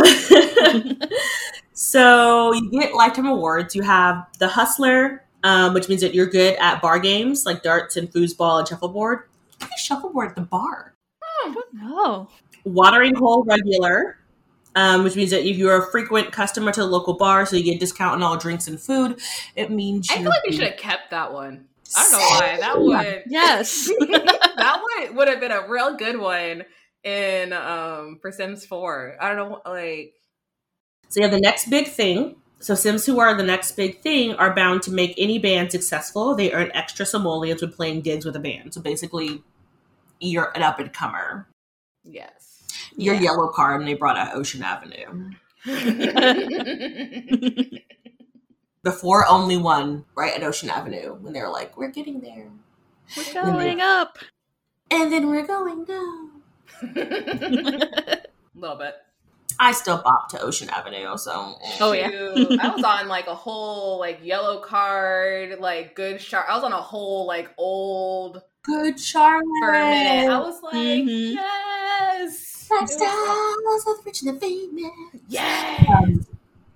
[SPEAKER 3] so you get lifetime awards. You have the hustler, um, which means that you're good at bar games like darts and foosball and shuffleboard. Pretty shuffleboard at the bar?
[SPEAKER 2] I don't know.
[SPEAKER 3] Watering hole regular, um, which means that if you're a frequent customer to the local bar, so you get discount on all drinks and food. It means
[SPEAKER 1] I feel like we should have kept that one. I don't know why that one.
[SPEAKER 2] Yes.
[SPEAKER 1] that one would have been a real good one in um for Sims Four. I don't know, like
[SPEAKER 3] So you have the next big thing. So Sims who are the next big thing are bound to make any band successful. They earn extra simoleons when playing gigs with a band. So basically, you're an up and comer.
[SPEAKER 1] yes.
[SPEAKER 3] Your
[SPEAKER 2] Yeah.
[SPEAKER 3] yellow card, and they brought out Ocean Avenue. Before only one, right at Ocean Avenue, when they were like, "We're getting there,"
[SPEAKER 2] We're going up.
[SPEAKER 3] and then we're going down.
[SPEAKER 1] little bit.
[SPEAKER 3] I still bop to Ocean Avenue, so
[SPEAKER 2] Oh, yeah.
[SPEAKER 1] Shoot, I was on like a whole like yellow card, like good shark. I was on a whole like old
[SPEAKER 3] good Charlotte.
[SPEAKER 1] for a minute. I was like,
[SPEAKER 2] Mhm.
[SPEAKER 1] yes. It was so-
[SPEAKER 3] Lifestyles of the rich and the famous.
[SPEAKER 1] Yes.
[SPEAKER 3] Um,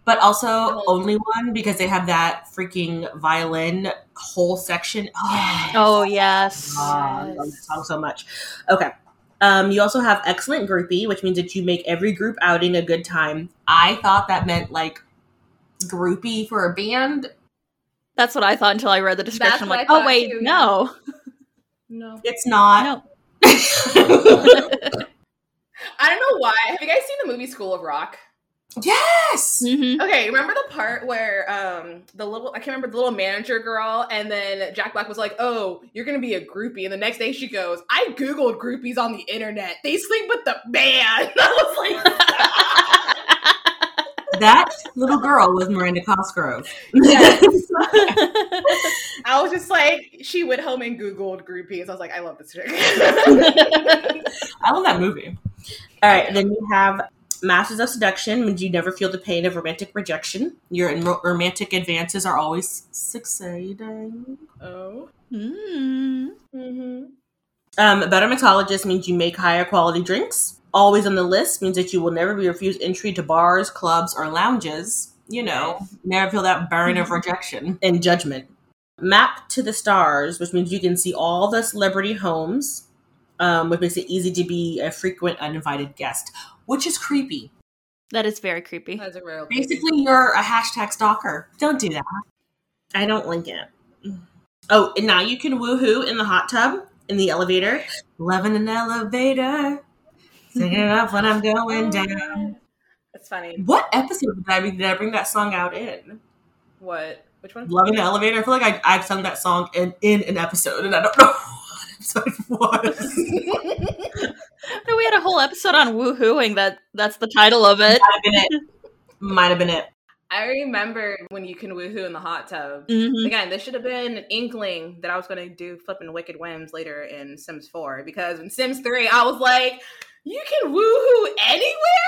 [SPEAKER 3] but also
[SPEAKER 1] Oh.
[SPEAKER 3] only one because they have that freaking violin whole section. Oh,
[SPEAKER 2] Oh yes.
[SPEAKER 3] God, I love that song so much. Okay. Um, you also have excellent groupie, which means that you make every group outing a good time. I thought that meant like groupie for a band.
[SPEAKER 2] That's what I thought until I read the description.
[SPEAKER 1] That's
[SPEAKER 2] I'm
[SPEAKER 1] what
[SPEAKER 2] like,
[SPEAKER 1] I
[SPEAKER 2] oh
[SPEAKER 1] thought
[SPEAKER 2] wait,
[SPEAKER 1] too, yeah.
[SPEAKER 2] no,
[SPEAKER 1] No.
[SPEAKER 3] It's not.
[SPEAKER 2] no.
[SPEAKER 1] I don't know why. Have you guys seen the movie School of Rock?
[SPEAKER 3] yes.
[SPEAKER 2] Mhm.
[SPEAKER 1] Okay, remember the part where um the little I can't remember the little manager girl and then Jack Black was like, "Oh, you're going to be a groupie." And the next day she goes, "I googled groupies on the internet. They sleep with the man." I was like,
[SPEAKER 3] That little girl was Miranda Cosgrove.
[SPEAKER 1] I was just like, she went home and googled groupies. I was like, I love this chick.
[SPEAKER 3] I love that movie. All right, then you have Masters of Seduction, means you never feel the pain of romantic rejection. Your en- romantic advances are always succeeding.
[SPEAKER 1] oh.
[SPEAKER 2] Mm-hmm. Mm.
[SPEAKER 1] Mm-hmm.
[SPEAKER 3] Um, better mixologist means you make higher quality drinks. Always on the list means that you will never be refused entry to bars, clubs, or lounges. You know, never feel that burn of rejection and judgment. Map to the stars, which means you can see all the celebrity homes, um, which makes it easy to be a frequent uninvited guest, which is creepy.
[SPEAKER 2] That is very creepy.
[SPEAKER 1] That's a real
[SPEAKER 3] Basically, you're a hashtag stalker. Don't do that. I don't like it. Oh, and now you can woohoo in the hot tub, in the elevator. Loving an elevator. Singing it up when I'm going down.
[SPEAKER 1] Oh, That's funny.
[SPEAKER 3] What episode did I, did I bring that song out in?
[SPEAKER 1] What? Which one?
[SPEAKER 3] Loving the Elevator? I feel like I, I've sung that song in, in an episode, and I don't know what episode it was.
[SPEAKER 2] No, we had a whole episode on woohooing. That that's the title of it.
[SPEAKER 3] Might have been it. Might have been it.
[SPEAKER 1] I remember when you can woohoo in the hot tub.
[SPEAKER 3] Mm-hmm.
[SPEAKER 2] Mhm.
[SPEAKER 1] Again, this should have been an inkling that I was going to do flipping Wicked Whims later in Sims 4 because in Sims 3, I was like, you can woohoo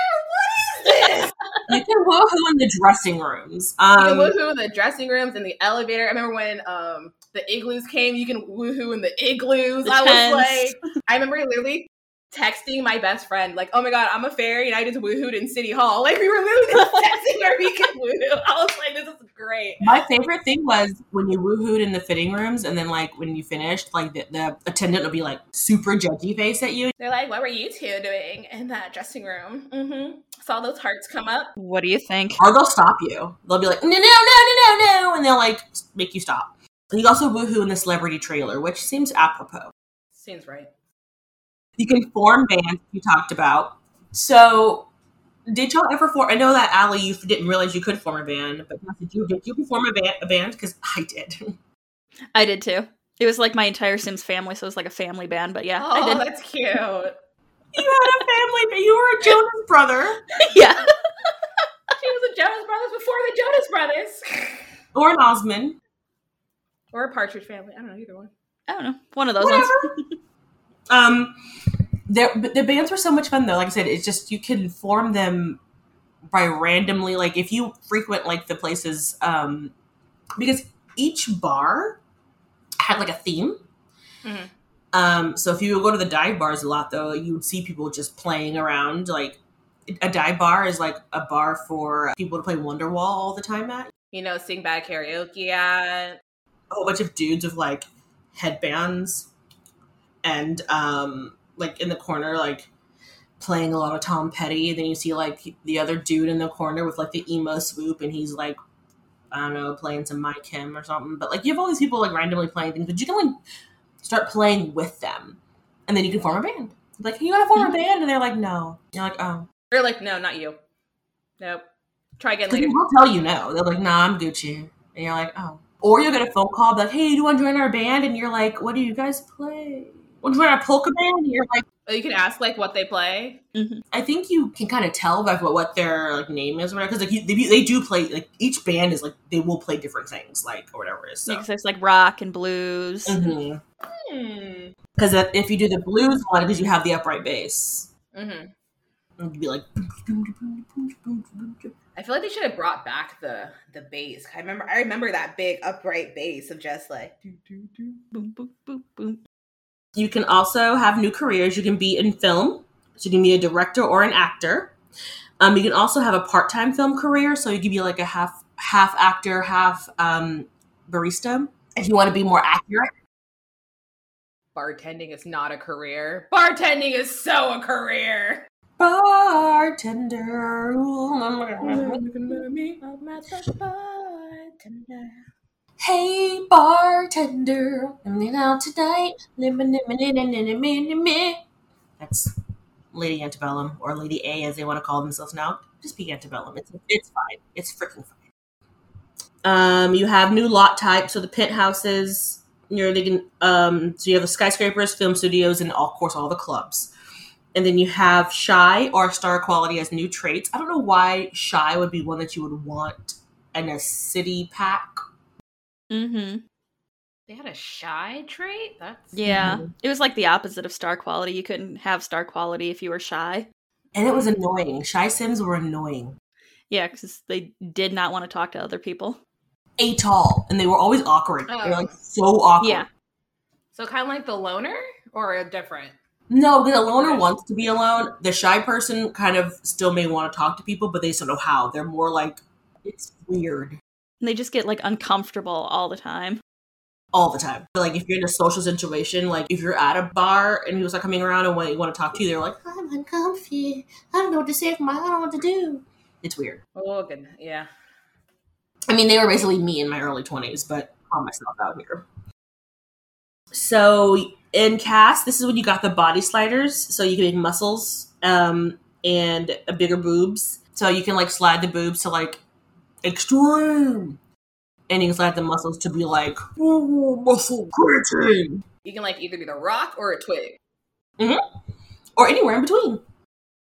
[SPEAKER 1] anywhere? What is this?
[SPEAKER 3] You can woohoo in the dressing rooms.
[SPEAKER 1] You can
[SPEAKER 3] Um,
[SPEAKER 1] woohoo in the dressing rooms and the elevator. I remember when um the igloos came, you can woohoo in the igloos.
[SPEAKER 2] The
[SPEAKER 1] I was
[SPEAKER 2] tents.
[SPEAKER 1] like, I remember literally texting my best friend, like, oh my god, I'm a fairy and I just woohooed in City Hall. Like we were literally just texting where we could woohoo. I was like, this is great.
[SPEAKER 3] My favorite thing was when you woohooed in the fitting rooms, and then like when you finished, like the, the attendant would be like super judgy face at you.
[SPEAKER 1] They're like, what were you two doing in that dressing room? Mm-hmm. Saw those hearts come up.
[SPEAKER 2] What do you think?
[SPEAKER 3] Or they'll stop you. They'll be like, no, no, no, no, no, no, and they'll like make you stop. And you also woohoo in the celebrity trailer, which seems apropos.
[SPEAKER 1] Seems right.
[SPEAKER 3] You can form bands you talked about. So, did y'all ever form? I know that Allie, you didn't realize you could form a band, but did you did you perform a band? A band? Because I did.
[SPEAKER 2] I did too. It was like my entire Sims family, so it was like a family band. But yeah, I
[SPEAKER 1] Oh,
[SPEAKER 2] did.
[SPEAKER 1] that's cute.
[SPEAKER 3] you had a family, but you were a Jonas brother
[SPEAKER 2] yeah,
[SPEAKER 1] She was a Jonas Brothers before the Jonas Brothers.
[SPEAKER 3] or an Osmond.
[SPEAKER 1] or a Partridge Family. I don't know, either one.
[SPEAKER 2] I don't know. One of those ones.
[SPEAKER 3] Whatever. um, their but the bands were so much fun though. Like I said, it's just you can form them by randomly. Like if you frequent like the places, um, because each bar had like a theme.
[SPEAKER 2] Mm-hmm.
[SPEAKER 1] Mhm.
[SPEAKER 3] Um, so if you go to the dive bars a lot though, you would see people just playing around. Like a dive bar is like a bar for people to play Wonderwall all the time at.
[SPEAKER 1] you know, sing bad karaoke at.
[SPEAKER 3] a whole bunch of dudes with like headbands and um, like in the corner, like playing a lot of Tom Petty. And then you see like the other dude in the corner with like the emo swoop, and he's like, I don't know, playing some Mike Kim or something. But like you have all these people like randomly playing things, but you can like start playing with them, and then you can form a band. Like you gotta form a band, and they're like, no. And you're like, oh,
[SPEAKER 4] They're like, no, not you. Nope. Try again
[SPEAKER 3] because
[SPEAKER 4] later.
[SPEAKER 3] they'll tell you no. They're like, nah, I'm Gucci, and you're like, oh. Or you'll get a phone call, like, hey, do you want to join our band? And you're like, what do you guys play? Want to join our polka band? And you're like.
[SPEAKER 4] Or Oh, You can ask like what they play.
[SPEAKER 3] I think you can kind of tell by what, what their like name is, or whatever. Because like you, they, they do play like each band is like they will play different things, like or whatever it is. So.
[SPEAKER 2] Because there's like rock and blues.
[SPEAKER 3] Because
[SPEAKER 4] Hmm.
[SPEAKER 3] if you do the blues one, because you have the upright bass,
[SPEAKER 4] Mm-hmm.
[SPEAKER 3] it'd be like.
[SPEAKER 1] I feel like they should have brought back the the bass. I remember I remember that big upright bass of just like doo, doo, doo.
[SPEAKER 2] Boom, boom, boom, boom.
[SPEAKER 3] You can also have new careers. You can be in film, so you can be a director or an actor. Um, you can also have a part-time film career, so you can be like a half half actor, half um, barista. If you want to be more accurate,
[SPEAKER 4] Bartending is not a career. Bartending is so a career.
[SPEAKER 3] bartender. Hey bartender, I'm in out tonight. That's Lady Antebellum or Lady A, as they want to call themselves now. Just be Antebellum. It's it's fine. It's freaking fine. Um, you have new lot types, so the penthouses. You're they can, um, so you have the skyscrapers, film studios, and all- of course all the clubs. And then you have shy or star quality as new traits. I don't know why shy would be one that you would want in a city pack
[SPEAKER 2] Mm-hmm.
[SPEAKER 4] They had a shy trait. That's
[SPEAKER 2] Yeah. It was like the opposite of star quality. You couldn't have star quality if you were shy.
[SPEAKER 3] And it was annoying. Shy Sims were annoying.
[SPEAKER 2] Yeah, because they did not want to talk to other people.
[SPEAKER 3] Atol. And they were always awkward. They
[SPEAKER 4] Oh.
[SPEAKER 3] were like so awkward.
[SPEAKER 2] Yeah.
[SPEAKER 4] so kind of like the loner or a different.
[SPEAKER 3] No, because a loner wants to be alone. The shy person kind of still may want to talk to people, but they just don't know how. They're more like, it's weird
[SPEAKER 2] And they just get like uncomfortable all the time.
[SPEAKER 3] all the time. But, like if you're in a social situation, like if you're at a bar and people's not coming around and want, want to talk to you, they're like, I'm uncomfy. I don't know what to say. I don't know what to do. It's weird.
[SPEAKER 4] Oh goodness. Yeah.
[SPEAKER 3] I mean, they were basically me in my early 20s, but on myself out here. So in cast, this is when you got the body sliders, so you can make muscles um, and a bigger boobs. So you can like slide the boobs to like extreme, and you can slide the muscles to be like "Ooh, muscle creatine
[SPEAKER 4] You can like either be the rock or a twig.
[SPEAKER 3] or anywhere in between.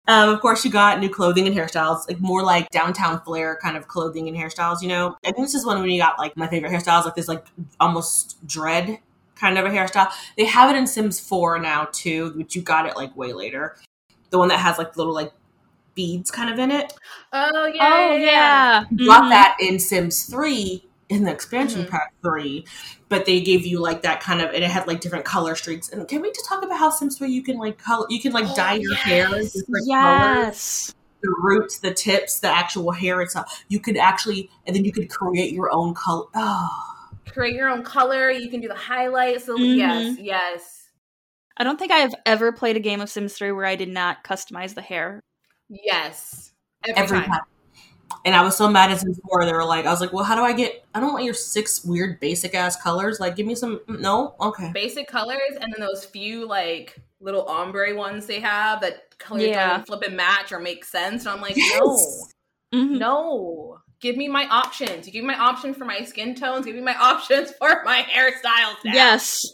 [SPEAKER 3] Um, of course, you got new clothing and hairstyles, like more like downtown flair kind of clothing and hairstyles. You know, I think this is one when you got like my favorite hairstyles, like this like almost dread kind of a hairstyle. They have it in Sims Four now too, which you got it like way later. The one that has like little like beads kind of in it.
[SPEAKER 4] Oh
[SPEAKER 3] You got
[SPEAKER 4] Mm-hmm.
[SPEAKER 2] Mhm.
[SPEAKER 3] that in Sims Three in the expansion
[SPEAKER 4] Mhm.
[SPEAKER 3] pack three, but they gave you like that kind of, and it had like different color streaks. And can we just talk about how Sims Three you can like color, you can like
[SPEAKER 4] Oh,
[SPEAKER 3] dye your hair in
[SPEAKER 4] yes.
[SPEAKER 3] different colors?
[SPEAKER 2] Yes.
[SPEAKER 3] the roots, the tips, the actual hair itself. You could actually, and then you could create your own color. Oh,
[SPEAKER 4] Create your own color. You can do the highlights. So
[SPEAKER 2] Mhm.
[SPEAKER 4] yes, yes,
[SPEAKER 2] I don't think I have ever played a game of Sims 3 where I did not customize the hair.
[SPEAKER 4] yes. Every,
[SPEAKER 3] every
[SPEAKER 4] time.
[SPEAKER 3] time. And I was so mad at Sims 4. They were like, I was like, well, how do I get, I don't want your six weird basic ass colors. Like, give me some, mm, no? Okay.
[SPEAKER 4] Basic colors, and then those few like little ombre ones they have that colors
[SPEAKER 2] Yeah.
[SPEAKER 4] don't even flip and match or make sense. And I'm like, no.
[SPEAKER 3] Yes!
[SPEAKER 2] Mhm.
[SPEAKER 4] No. Give me my options. You give me my option for my skin tones. Give me my options for my hairstyles. now.
[SPEAKER 2] Yes.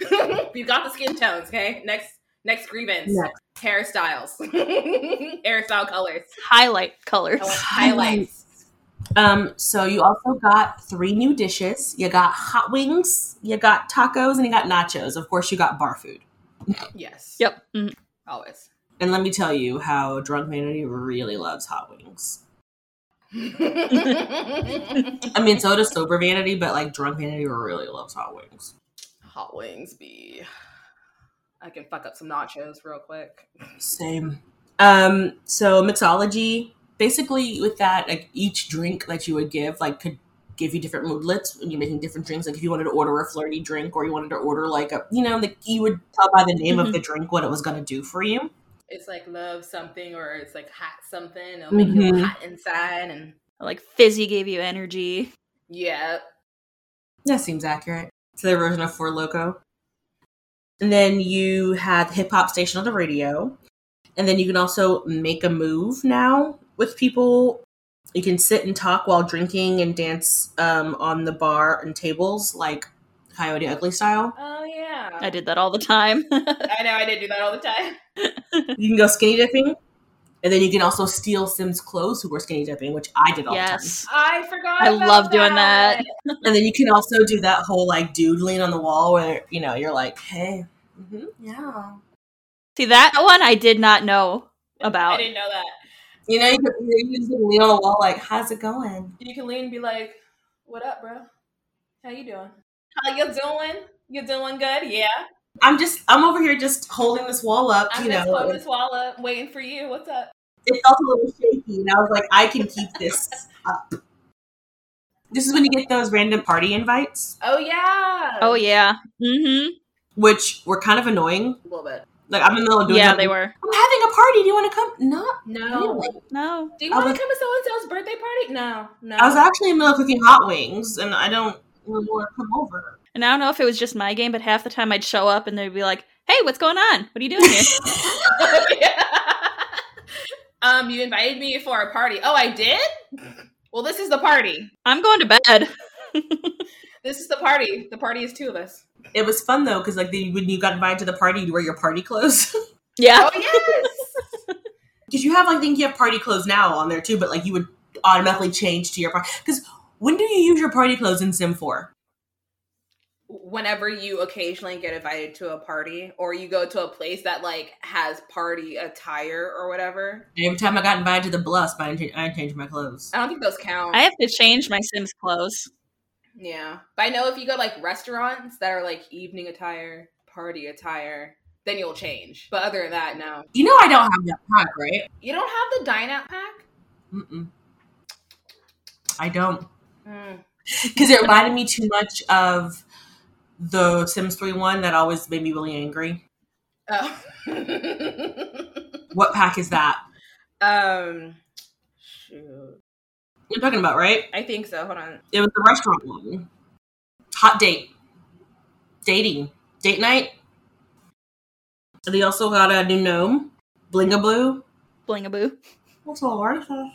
[SPEAKER 4] you got the skin tones. Okay. Next, next grievance.
[SPEAKER 3] Next.
[SPEAKER 4] Hairstyles. Hairstyle colors.
[SPEAKER 2] Highlight colors.
[SPEAKER 4] I want highlights.
[SPEAKER 3] Um, so you also got three new dishes. You got hot wings, you got tacos, and you got nachos. Of course, you got bar food.
[SPEAKER 4] Yes.
[SPEAKER 2] Yep. Mhm.
[SPEAKER 4] Always.
[SPEAKER 3] And let me tell you how Drunk Vanity really loves hot wings. I mean, so does Sober Vanity, but like Drunk Vanity really loves hot wings.
[SPEAKER 4] Hot wings be. I can fuck up some nachos real quick.
[SPEAKER 3] Same. Um, so mixology, basically with that, like each drink that you would give, like could give you different moodlets and you're making different drinks. Like if you wanted to order a flirty drink or you wanted to order like a, you know, like you would tell by the name
[SPEAKER 2] Mhm.
[SPEAKER 3] of the drink what it was going to do for you.
[SPEAKER 1] It's like love something or it's like hot something. It'll make you
[SPEAKER 3] Mhm.
[SPEAKER 2] Mm-hmm.
[SPEAKER 1] hot inside and
[SPEAKER 2] Like fizzy gave you energy.
[SPEAKER 1] yeah.
[SPEAKER 3] That seems accurate. To their version of Four Loco. And then you had the hip hop station on the radio. And then you can also make a move now with people. You can sit and talk while drinking and dance um, on the bar and tables, like Coyote Ugly style.
[SPEAKER 1] Oh yeah.
[SPEAKER 2] I did that all the time.
[SPEAKER 1] I know I did do that all the time.
[SPEAKER 3] You can go skinny dipping. And then you can also steal Sims' clothes who were skinny dipping, which I did all the time.
[SPEAKER 2] yes.
[SPEAKER 1] I forgot.
[SPEAKER 2] I
[SPEAKER 1] about
[SPEAKER 2] love doing that.
[SPEAKER 3] And then you can also do that whole like dude lean on the wall where, you know, you're like, hey, mhm, yeah.
[SPEAKER 2] See that one I did not know
[SPEAKER 1] I
[SPEAKER 2] about.
[SPEAKER 1] didn't know that.
[SPEAKER 3] You know, you could you just lean on the wall like, "How's it going?"
[SPEAKER 1] You can lean and be like, "What up, bro? How you doing? How you doing? You doing good? Yeah.
[SPEAKER 3] I'm just, I'm over here just holding this wall up.
[SPEAKER 1] I'm
[SPEAKER 3] you
[SPEAKER 1] just
[SPEAKER 3] know,
[SPEAKER 1] holding this wall up, waiting for you. What's up?
[SPEAKER 3] it felt a little shaky, and I was like, "I can keep this up." This is when you get those random party invites,
[SPEAKER 1] Oh yeah.
[SPEAKER 2] Oh yeah. Mm-hmm.
[SPEAKER 3] which were kind of annoying.
[SPEAKER 1] A little bit.
[SPEAKER 3] Like I'm in the middle of doing.
[SPEAKER 2] Yeah,
[SPEAKER 3] something.
[SPEAKER 2] they were.
[SPEAKER 3] I'm having a party. Do you want to come? No.
[SPEAKER 1] No.
[SPEAKER 3] really.
[SPEAKER 2] No.
[SPEAKER 1] Do you
[SPEAKER 3] I
[SPEAKER 1] want
[SPEAKER 3] was-
[SPEAKER 1] to come to so and so's birthday party? No. No.
[SPEAKER 3] I was actually in the middle of cooking hot wings, and I don't really want to come over.
[SPEAKER 2] And I don't know if it was just my game, but half the time I'd show up and they'd be like, Hey, what's going on? What are you doing here?
[SPEAKER 1] um, you invited me for a party. Oh, I did. Well, this is the party.
[SPEAKER 2] I'm going to bed.
[SPEAKER 1] This is the party. The party is two of us.
[SPEAKER 3] It was fun though, because like the, when you got invited to the party, you wear your party clothes.
[SPEAKER 2] Yeah.
[SPEAKER 1] Oh yes.
[SPEAKER 3] Because you have, like, I think you have party clothes now on there too, but like you would automatically change to your party. Because when do you use your party clothes in Sim 4?
[SPEAKER 1] Whenever you occasionally get invited to a party, or you go to a place that like has party attire or whatever,
[SPEAKER 3] Every time I got invited to the bluffs, I didn't change, I didn't change my clothes.
[SPEAKER 1] I don't think those count.
[SPEAKER 2] I have to change my Sims clothes.
[SPEAKER 1] Yeah. But I know if you go to like restaurants that are like evening attire, party attire, then you'll change. But other than that, no.
[SPEAKER 3] You know I don't have that pack, right?
[SPEAKER 1] You don't have the dine out pack?
[SPEAKER 3] Mm-mm. I don't.
[SPEAKER 1] Mm.
[SPEAKER 3] Because it reminded me too much of the Sims 3 one that always made me really angry.
[SPEAKER 1] Oh.
[SPEAKER 3] What pack is that?
[SPEAKER 1] um shoot.
[SPEAKER 3] You're talking about, right?
[SPEAKER 1] I think so. Hold on.
[SPEAKER 3] It was the restaurant one. Hot date. Dating. Date night. They also got a new gnome. Blingabloo.
[SPEAKER 2] Blingaboo.
[SPEAKER 3] That's all right.
[SPEAKER 2] A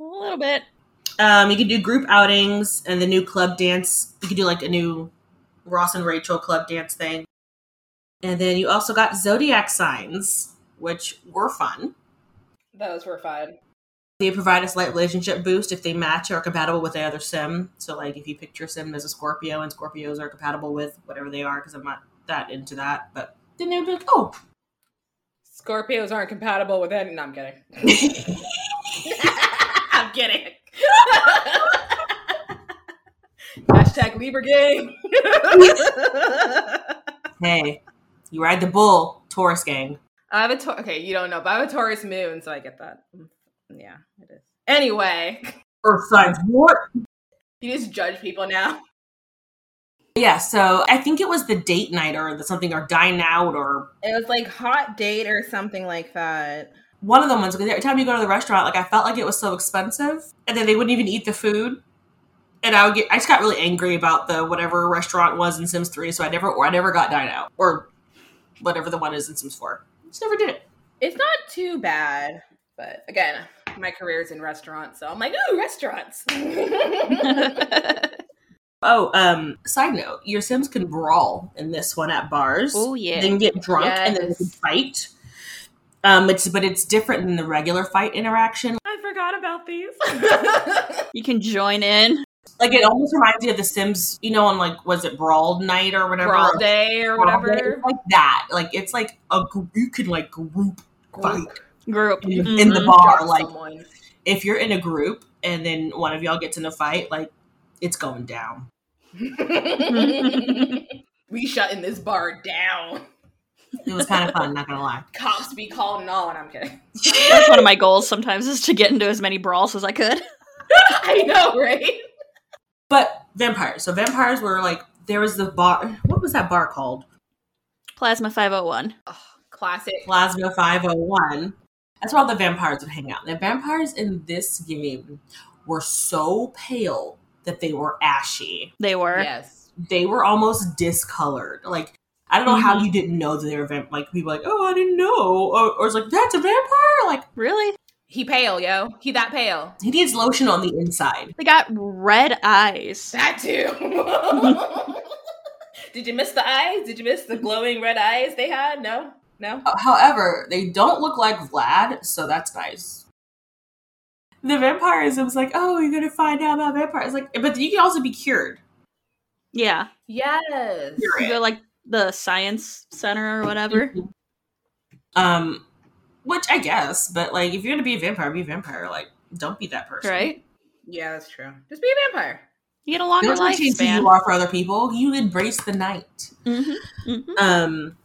[SPEAKER 2] little bit.
[SPEAKER 3] Um, you can do group outings and the new club dance. You could do like a new Ross and Rachel club dance thing. And then you also got zodiac signs, which were fun.
[SPEAKER 1] Those were fun.
[SPEAKER 3] They provide a slight relationship boost if they match or are compatible with the other sim. So, like, if you picture sim as a Scorpio and Scorpios are compatible with whatever they are, because I'm not that into that, but then they would be like, oh,
[SPEAKER 1] Scorpios aren't compatible with any. No, I'm kidding. I'm kidding. Hashtag Libra gang.
[SPEAKER 3] hey, you ride the bull, Taurus gang.
[SPEAKER 1] I have a Taur- okay. You don't know, but I have a Taurus moon, so I get that. Mm, Yeah, it is. Anyway,
[SPEAKER 3] Earth signs, what?
[SPEAKER 1] you just judge people now.
[SPEAKER 3] Yeah, so I think it was the date night or the something or dine out or
[SPEAKER 1] It was like hot date or something like that.
[SPEAKER 3] one of the ones because every time you go to the restaurant, like I felt like it was so expensive, and then they wouldn't even eat the food. And I would get, I just got really angry about the whatever restaurant was in Sims Three, so I never, or I never got dine out or whatever the one is in Sims Four. Just never did it.
[SPEAKER 1] It's not too bad, but again, my career is in restaurants, so I'm like, ooh, restaurants.
[SPEAKER 3] Oh, um, side note, your Sims can brawl in this one at bars.
[SPEAKER 2] oh yeah.
[SPEAKER 3] then get drunk and then they
[SPEAKER 1] Yes.
[SPEAKER 3] can fight. Um, it's but it's different than the regular fight interaction.
[SPEAKER 1] I forgot about these.
[SPEAKER 2] You can join in.
[SPEAKER 3] Like it almost reminds me of The Sims, you know, on like was it Brawl Night or whatever,
[SPEAKER 1] Brawl
[SPEAKER 3] Like,
[SPEAKER 1] day or
[SPEAKER 3] It's
[SPEAKER 1] whatever.
[SPEAKER 3] like that. Like it's like a gr- you can like group fight
[SPEAKER 2] Group.
[SPEAKER 3] in,
[SPEAKER 2] Mhm.
[SPEAKER 3] in the bar.
[SPEAKER 1] Drop
[SPEAKER 3] Like
[SPEAKER 1] someone.
[SPEAKER 3] if you're in a group and then one of y'all gets in a fight, like it's going down.
[SPEAKER 1] we shutting this bar down.
[SPEAKER 3] It was kind of fun, not gonna lie.
[SPEAKER 1] Cops be called and all, and I'm kidding.
[SPEAKER 2] That's one of my goals sometimes is to get into as many brawls as I could.
[SPEAKER 1] I know, right?
[SPEAKER 3] But vampires. So vampires were like there was the bar. What was that bar called?
[SPEAKER 2] Plasma 501.
[SPEAKER 1] Ugh, classic.
[SPEAKER 3] Plasma Five Hundred One. That's where all the vampires would hang out. The vampires in this game were so pale that they were ashy.
[SPEAKER 2] They were.
[SPEAKER 1] Yes.
[SPEAKER 3] They were almost discolored. Like I don't know how you didn't know that they were vamp. Like people were like, oh, I didn't know, or, or it's like that's a vampire. Like
[SPEAKER 2] Really?
[SPEAKER 1] He pale, yo. He that pale.
[SPEAKER 3] he needs lotion on the inside.
[SPEAKER 2] They got red eyes.
[SPEAKER 1] That too. Did you miss the eyes? Did you miss the glowing red eyes they had? No? No?
[SPEAKER 3] Uh, However, they don't look like Vlad, so that's nice. The vampirism's like, oh, you're gonna find out about vampires. Like, but you can also be cured.
[SPEAKER 2] Yeah.
[SPEAKER 1] Yes.
[SPEAKER 3] Cure
[SPEAKER 2] You
[SPEAKER 3] it.
[SPEAKER 2] go like the science center or whatever.
[SPEAKER 3] Mm-hmm. Um, which I guess, but like, if you're gonna be a vampire, be a vampire. Like, don't be that person.
[SPEAKER 2] Right?
[SPEAKER 1] Yeah, that's true. Just be a vampire.
[SPEAKER 2] You get a longer
[SPEAKER 3] Don't change who you
[SPEAKER 2] lifespan.
[SPEAKER 3] are for other people. You embrace the night.
[SPEAKER 2] Mhm, mhm.
[SPEAKER 3] Um,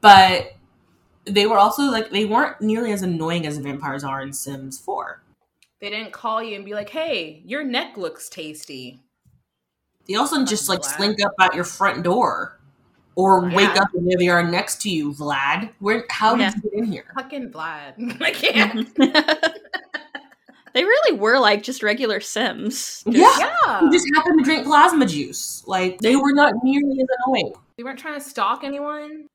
[SPEAKER 3] but they were also like they weren't nearly as annoying as the vampires are in Sims Four.
[SPEAKER 1] They didn't call you and be like, hey, your neck looks tasty.
[SPEAKER 3] They also just like
[SPEAKER 1] Vlad.
[SPEAKER 3] slink up at your front door, or wake
[SPEAKER 1] Yeah.
[SPEAKER 3] up and there they are next to you, Vlad. Where? How did
[SPEAKER 2] Yeah.
[SPEAKER 3] you get in here?
[SPEAKER 1] Fucking Vlad. I can't.
[SPEAKER 2] Mm-hmm. they really were like just regular Sims. Just-
[SPEAKER 3] Yeah.
[SPEAKER 1] yeah.
[SPEAKER 3] You just happened to drink plasma juice. Like they were not nearly as annoying.
[SPEAKER 1] They weren't trying to stalk anyone.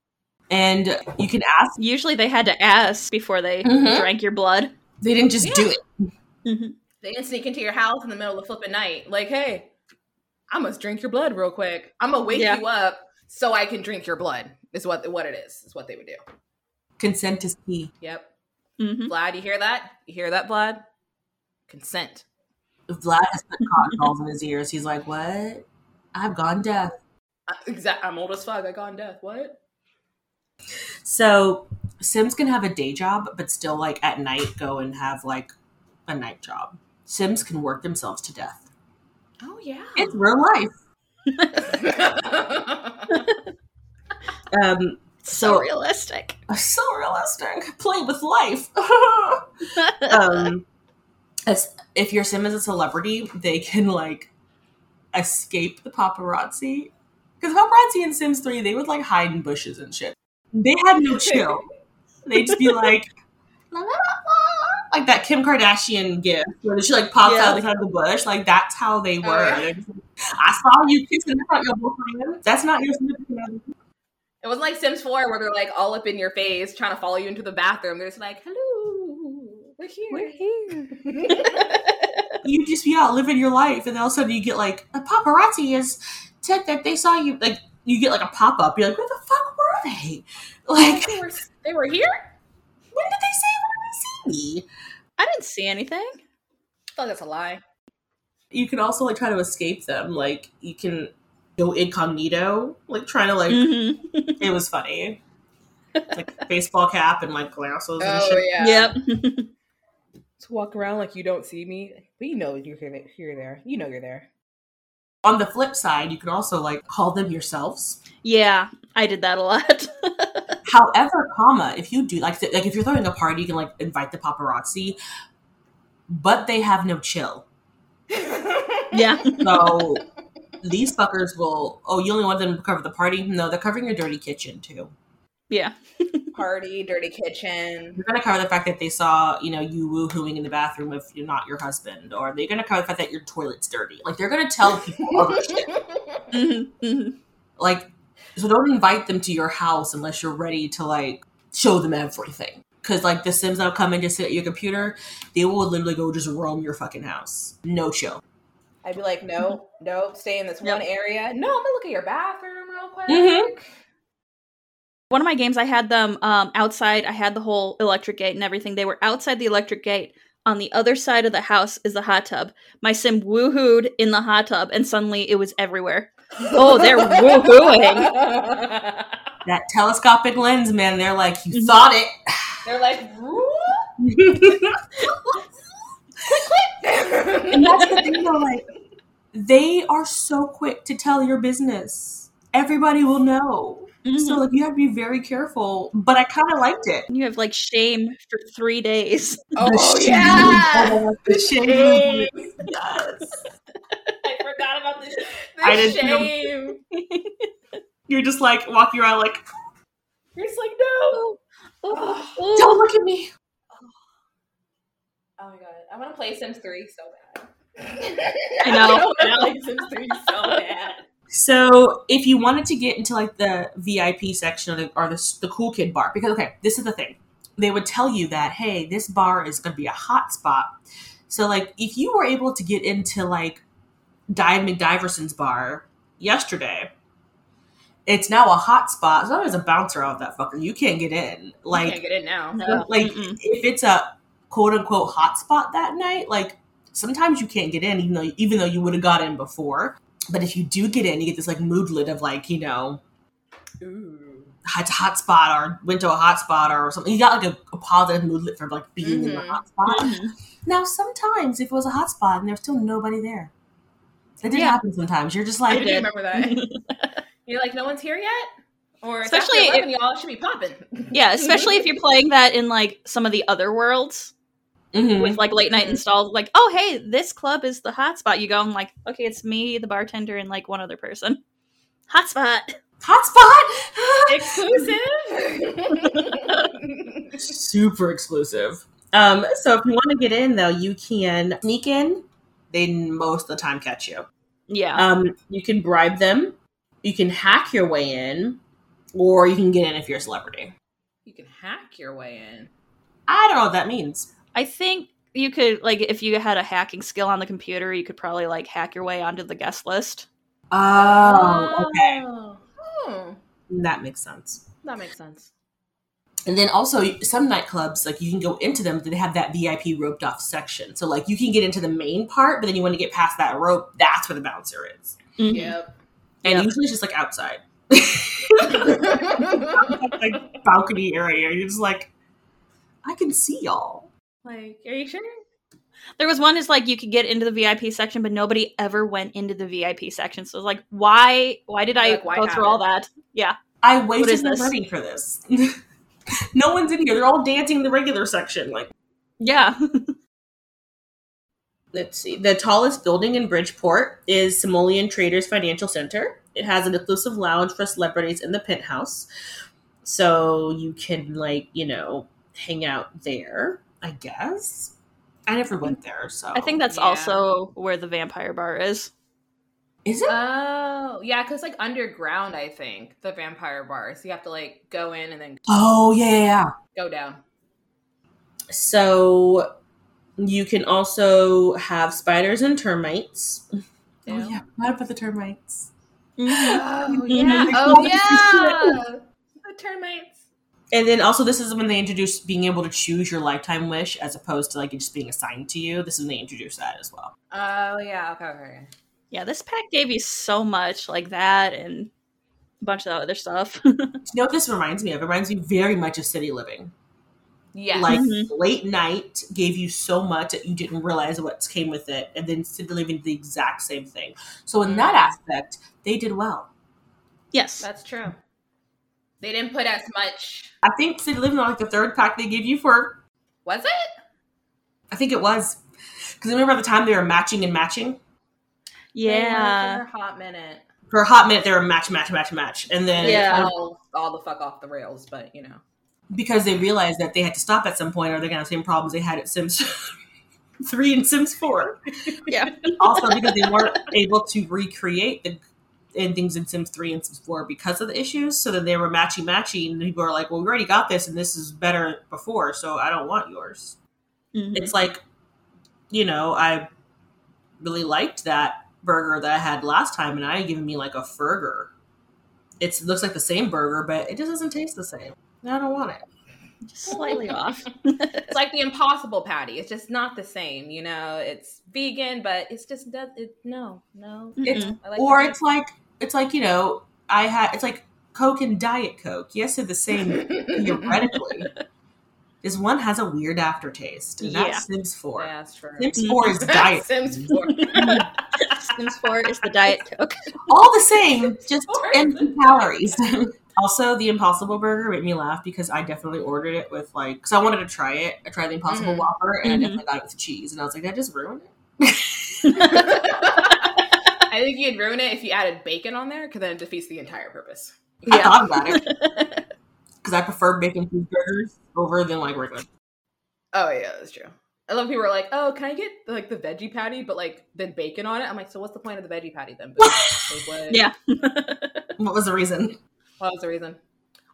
[SPEAKER 3] And you can ask.
[SPEAKER 2] Usually they had to ask before they
[SPEAKER 3] Mhm.
[SPEAKER 2] drank your blood.
[SPEAKER 3] They didn't just do it.
[SPEAKER 2] Mhm.
[SPEAKER 1] They didn't sneak into your house in the middle of flipping night. Like, hey, I must drink your blood real quick. I'm gonna wake
[SPEAKER 2] Yeah.
[SPEAKER 1] you up so I can drink your blood. Is what what it is. Is what they would do.
[SPEAKER 3] Consent is key.
[SPEAKER 1] Yep.
[SPEAKER 2] Mhm.
[SPEAKER 1] Vlad, you hear that? You hear that, Vlad? Consent.
[SPEAKER 3] Vlad has put cotton balls in his ears. He's like, "What? I've gone deaf."
[SPEAKER 1] I, exact. Uh, I'm old as fuck. I gone deaf. What?
[SPEAKER 3] So Sims can have a day job, but still like at night go and have like a night job. Sims can work themselves to death.
[SPEAKER 1] Oh yeah.
[SPEAKER 3] It's real life. Um,
[SPEAKER 2] So
[SPEAKER 3] So-
[SPEAKER 2] realistic.
[SPEAKER 3] so realistic. Play with life. um, as, if your Sim is a celebrity, they can like escape the paparazzi. Because paparazzi in Sims 3, they would like hide in bushes and shit. They had no chill. They'd just be like, "La, la, la, la," like that Kim Kardashian gif where she like pops
[SPEAKER 2] Yeah.
[SPEAKER 3] out of the bush. Like that's how they were.
[SPEAKER 1] yeah.
[SPEAKER 3] They're just like, I saw you kissing. That's not your boyfriend. That's not your significant other."
[SPEAKER 1] it wasn't like Sims 4 where they're like all up in your face trying to follow you into the bathroom. They're just like, hello, we're here.
[SPEAKER 2] We're here.
[SPEAKER 3] you just be out living your life, and all of a sudden you get like a paparazzi is said that they saw you. Like you get like a pop up. You're like, where the fuck were they? Like
[SPEAKER 1] they, were, they were here. I
[SPEAKER 3] when did they say when did they see me?
[SPEAKER 2] I didn't see anything.
[SPEAKER 1] feel like that's a lie.
[SPEAKER 3] You can also like try to escape them. Like you can go incognito, like trying to
[SPEAKER 1] Mm-hmm.
[SPEAKER 3] like.
[SPEAKER 2] Mhm.
[SPEAKER 3] It was funny. Like baseball cap and like glasses and
[SPEAKER 1] Oh
[SPEAKER 3] shit.
[SPEAKER 1] yeah.
[SPEAKER 2] Yep.
[SPEAKER 1] To walk around like you don't see me, but you know you're here. You're there. You know you're there.
[SPEAKER 3] On the flip side, you can also like call them yourselves.
[SPEAKER 2] Yeah, I did that a lot.
[SPEAKER 3] However, comma, if you do like th- like if you're throwing a party, you can like invite the paparazzi, but they have no chill.
[SPEAKER 2] yeah.
[SPEAKER 3] So these fuckers will. Oh, you only want them to cover the party? No, they're covering your dirty kitchen too.
[SPEAKER 2] Yeah.
[SPEAKER 1] Party, dirty kitchen.
[SPEAKER 3] They're gonna cover the fact that they saw you know you woohooing in the bathroom if you're not your husband, or they're gonna cover the fact that your toilet's dirty. Like they're gonna tell people oh,
[SPEAKER 1] Oh.
[SPEAKER 3] other shit.
[SPEAKER 2] Mhm, mhm.
[SPEAKER 3] Like so, don't invite them to your house unless you're ready to like show them everything. Cause like the Sims that'll come and just sit at your computer, they will literally go just roam your fucking house. No chill.
[SPEAKER 1] I'd be like, no, no, stay in this
[SPEAKER 2] Yep. Mm-hmm.
[SPEAKER 1] one area. No, I'm gonna look at your bathroom real quick.
[SPEAKER 3] Mhm.
[SPEAKER 2] One of my games, I had them um, outside. I had the whole electric gate and everything. They were outside the electric gate. On the other side of the house is the hot tub. My sim woohooed in the hot tub, and suddenly it was everywhere. Oh, they're woohooing.
[SPEAKER 3] That telescopic lens, man, they're like, you thought it.
[SPEAKER 1] They're like, "Whoop."
[SPEAKER 3] And that's the thing though, like they are so quick to tell your business. Everybody will know. So
[SPEAKER 2] Mhm.
[SPEAKER 3] like you have to be very careful. But I kinda liked it.
[SPEAKER 2] You have like shame for three days.
[SPEAKER 1] oh
[SPEAKER 3] shade.
[SPEAKER 1] yeah,
[SPEAKER 3] Oh, the shade. Yes.
[SPEAKER 1] I forgot about
[SPEAKER 3] I didn't know.
[SPEAKER 1] Shame.
[SPEAKER 3] You're just like walking around like,
[SPEAKER 1] You're just like, no.
[SPEAKER 2] Ooh,
[SPEAKER 1] Oh,
[SPEAKER 2] ooh.
[SPEAKER 3] don't look at me.
[SPEAKER 5] my god, I want to play Sims 3 so bad.
[SPEAKER 2] I know. I
[SPEAKER 1] I
[SPEAKER 2] know.
[SPEAKER 1] like Sims 3 so bad.
[SPEAKER 3] So if you wanted to get into like the VIP section or the, or the, the cool kid bar, because okay, this is the thing. They would tell you that, hey, this bar is going to be a hot spot. So like if you were able to get into like Dive McDiverson's bar yesterday, it's now a hot spot. As long as a bouncer out of that fucker, you can't get in.
[SPEAKER 1] I
[SPEAKER 3] Like
[SPEAKER 1] can't get in now.
[SPEAKER 2] No,
[SPEAKER 3] like
[SPEAKER 2] mm-mm.
[SPEAKER 3] if it's a quote unquote hotspot that night, like sometimes you can't get in, even though even though you would have got in before. But if you do get in, you get this like moodlet of like you know
[SPEAKER 1] Ooh.
[SPEAKER 3] hot hotspot or went to a hotspot or something. You got like a, a positive moodlet for like being in the
[SPEAKER 2] Mm-hmm.
[SPEAKER 1] Mhm.
[SPEAKER 3] hotspot. Now sometimes if it was a hotspot and there's still nobody there, that did
[SPEAKER 2] Yeah.
[SPEAKER 3] happen sometimes. You're just
[SPEAKER 1] I
[SPEAKER 3] like
[SPEAKER 1] do
[SPEAKER 2] did. Mm-hmm.
[SPEAKER 1] remember that. You're like, no one's here yet? Or
[SPEAKER 2] Especially
[SPEAKER 1] especially after 11, y'all should be popping.
[SPEAKER 2] yeah, especially if you're playing that in like some of the other worlds
[SPEAKER 3] Mhm.
[SPEAKER 2] with like late night
[SPEAKER 1] Mhm.
[SPEAKER 2] installs. Like, oh hey, this club is the hot spot. You go and like, okay, it's me, the bartender, and like one other person. Hot spot.
[SPEAKER 3] hotspot.
[SPEAKER 1] exclusive.
[SPEAKER 3] super exclusive. Um, so if you want to get in though, you can sneak in. They most of the time catch you.
[SPEAKER 2] Yeah.
[SPEAKER 3] Um, you can bribe them. You can hack your way in, or you can get in if you're a celebrity.
[SPEAKER 1] you can hack your way in.
[SPEAKER 3] I don't know what that means.
[SPEAKER 2] I think you could like if you had a hacking skill on the computer, you could probably like hack your way onto the guest list.
[SPEAKER 1] Um,
[SPEAKER 3] Oh, okay,
[SPEAKER 1] Oh,
[SPEAKER 3] that makes sense.
[SPEAKER 1] that makes sense.
[SPEAKER 3] And then also some nightclubs, like you can go into them, but they have that VIP roped off section. So like you can get into the main part, but then you want to get past that rope. That's where the bouncer is,
[SPEAKER 2] Mm-hmm.
[SPEAKER 1] Yep.
[SPEAKER 3] and
[SPEAKER 2] Yep.
[SPEAKER 3] usually it's just like outside.
[SPEAKER 1] like,
[SPEAKER 3] like balcony area. You're just like, I can see y'all.
[SPEAKER 1] are you sure?
[SPEAKER 2] There was one is like you could get into the VIP section, but nobody ever went into the VIP section. So it's like, why? Why did I
[SPEAKER 1] Like, why
[SPEAKER 2] go through all that?
[SPEAKER 3] I
[SPEAKER 2] is
[SPEAKER 3] wasted my
[SPEAKER 2] this?
[SPEAKER 3] money for this. no one's in here. They're all dancing in the regular section. Like,
[SPEAKER 2] Yeah.
[SPEAKER 3] let's see. The tallest building in Bridgeport is Simoleon Traders Financial Center. It has an exclusive lounge for celebrities in the penthouse. So you can, like, you know, hang out there, I guess. I never went there, so.
[SPEAKER 2] I think that's
[SPEAKER 1] Oh, yeah.
[SPEAKER 2] also where the vampire bar is.
[SPEAKER 3] Is it?
[SPEAKER 1] Oh, yeah, because like underground, I think the vampire bars. you have to like go in and then
[SPEAKER 3] Oh, yeah, yeah, yeah.
[SPEAKER 1] go down.
[SPEAKER 3] So you can also have spiders and termites. Oh,
[SPEAKER 1] Ew.
[SPEAKER 3] what about the termites?
[SPEAKER 2] Mm-hmm.
[SPEAKER 1] Oh yeah. Oh yeah. The termites.
[SPEAKER 3] And then also, this is when they introduced being able to choose your lifetime wish as opposed to like it just being assigned to you. This is when they introduced that as well.
[SPEAKER 1] Oh yeah. Okay. okay.
[SPEAKER 2] Yeah, this pack gave you so much like that and a bunch of other stuff.
[SPEAKER 3] You know what this reminds me of? It reminds me very much of city living.
[SPEAKER 1] Yeah.
[SPEAKER 3] Like
[SPEAKER 2] Mhm.
[SPEAKER 3] late night gave you so much that you didn't realize what came with it, and then city living did the exact same thing. So in that aspect, they did well.
[SPEAKER 2] yes.
[SPEAKER 1] that's true. They didn't put as much.
[SPEAKER 3] I think city living was like the third pack they gave you for
[SPEAKER 1] Was it?
[SPEAKER 3] I think it was. Because I remember at the time they were matching and matching.
[SPEAKER 1] They
[SPEAKER 2] Yeah.
[SPEAKER 1] were For a hot minute.
[SPEAKER 3] For a hot minute, they were match, match, match, match. And then um,
[SPEAKER 2] Yeah.
[SPEAKER 1] All, all the fuck off the rails, but you know.
[SPEAKER 3] because they realized that they had to stop at some point or they're going to have the same problems they had at Sims 3 and Sims 4.
[SPEAKER 2] Yeah.
[SPEAKER 3] also, because they weren't able to recreate the and things in Sims 3 and Sims 4 because of the issues. So then they were matchy, matchy. And people are like, well, we already got this and this is better before. So I don't want yours.
[SPEAKER 2] Mhm.
[SPEAKER 1] Mm-hmm.
[SPEAKER 3] it's like you know i really liked that burger that i had last time and now you're giving me like a burger it looks like the same burger but it just doesn't taste the same i don't want it
[SPEAKER 2] Just slightly off.
[SPEAKER 1] It's like the impossible patty. It's just not the same, you know. It's vegan, but it's just does it no, no.
[SPEAKER 3] It's-
[SPEAKER 2] Mhm.
[SPEAKER 1] I like
[SPEAKER 3] or
[SPEAKER 1] the-
[SPEAKER 3] it's like it's like you know i had it's like coke and diet coke yes they're the same theoretically this one has a weird aftertaste and
[SPEAKER 2] Yeah.
[SPEAKER 3] that's sims 4
[SPEAKER 1] Yeah, that's true.
[SPEAKER 3] sims 4 is diet
[SPEAKER 1] Sims 4.
[SPEAKER 2] Sims 4 is the Diet Coke.
[SPEAKER 3] all the same, just
[SPEAKER 1] Or-
[SPEAKER 3] empty calories. also, the Impossible Burger made me laugh because I definitely ordered it with like, because I wanted to try it. I tried the Impossible
[SPEAKER 1] Mhm.
[SPEAKER 3] Whopper and
[SPEAKER 2] Mhm.
[SPEAKER 3] I definitely got it with cheese, and I was like, "Did I just ruined it.
[SPEAKER 1] I think you'd ruin it if you added bacon on there, because then it defeats the entire purpose.
[SPEAKER 3] I thought about it because I prefer bacon cheeseburgers over than like regular.
[SPEAKER 1] Oh yeah, that's true. I love people are like, oh, can I get like the veggie patty, but like then bacon on it? I'm like, so what's the point of the veggie patty then? boo?" Like, what?
[SPEAKER 2] Yeah.
[SPEAKER 3] What was the reason?
[SPEAKER 1] What was the reason?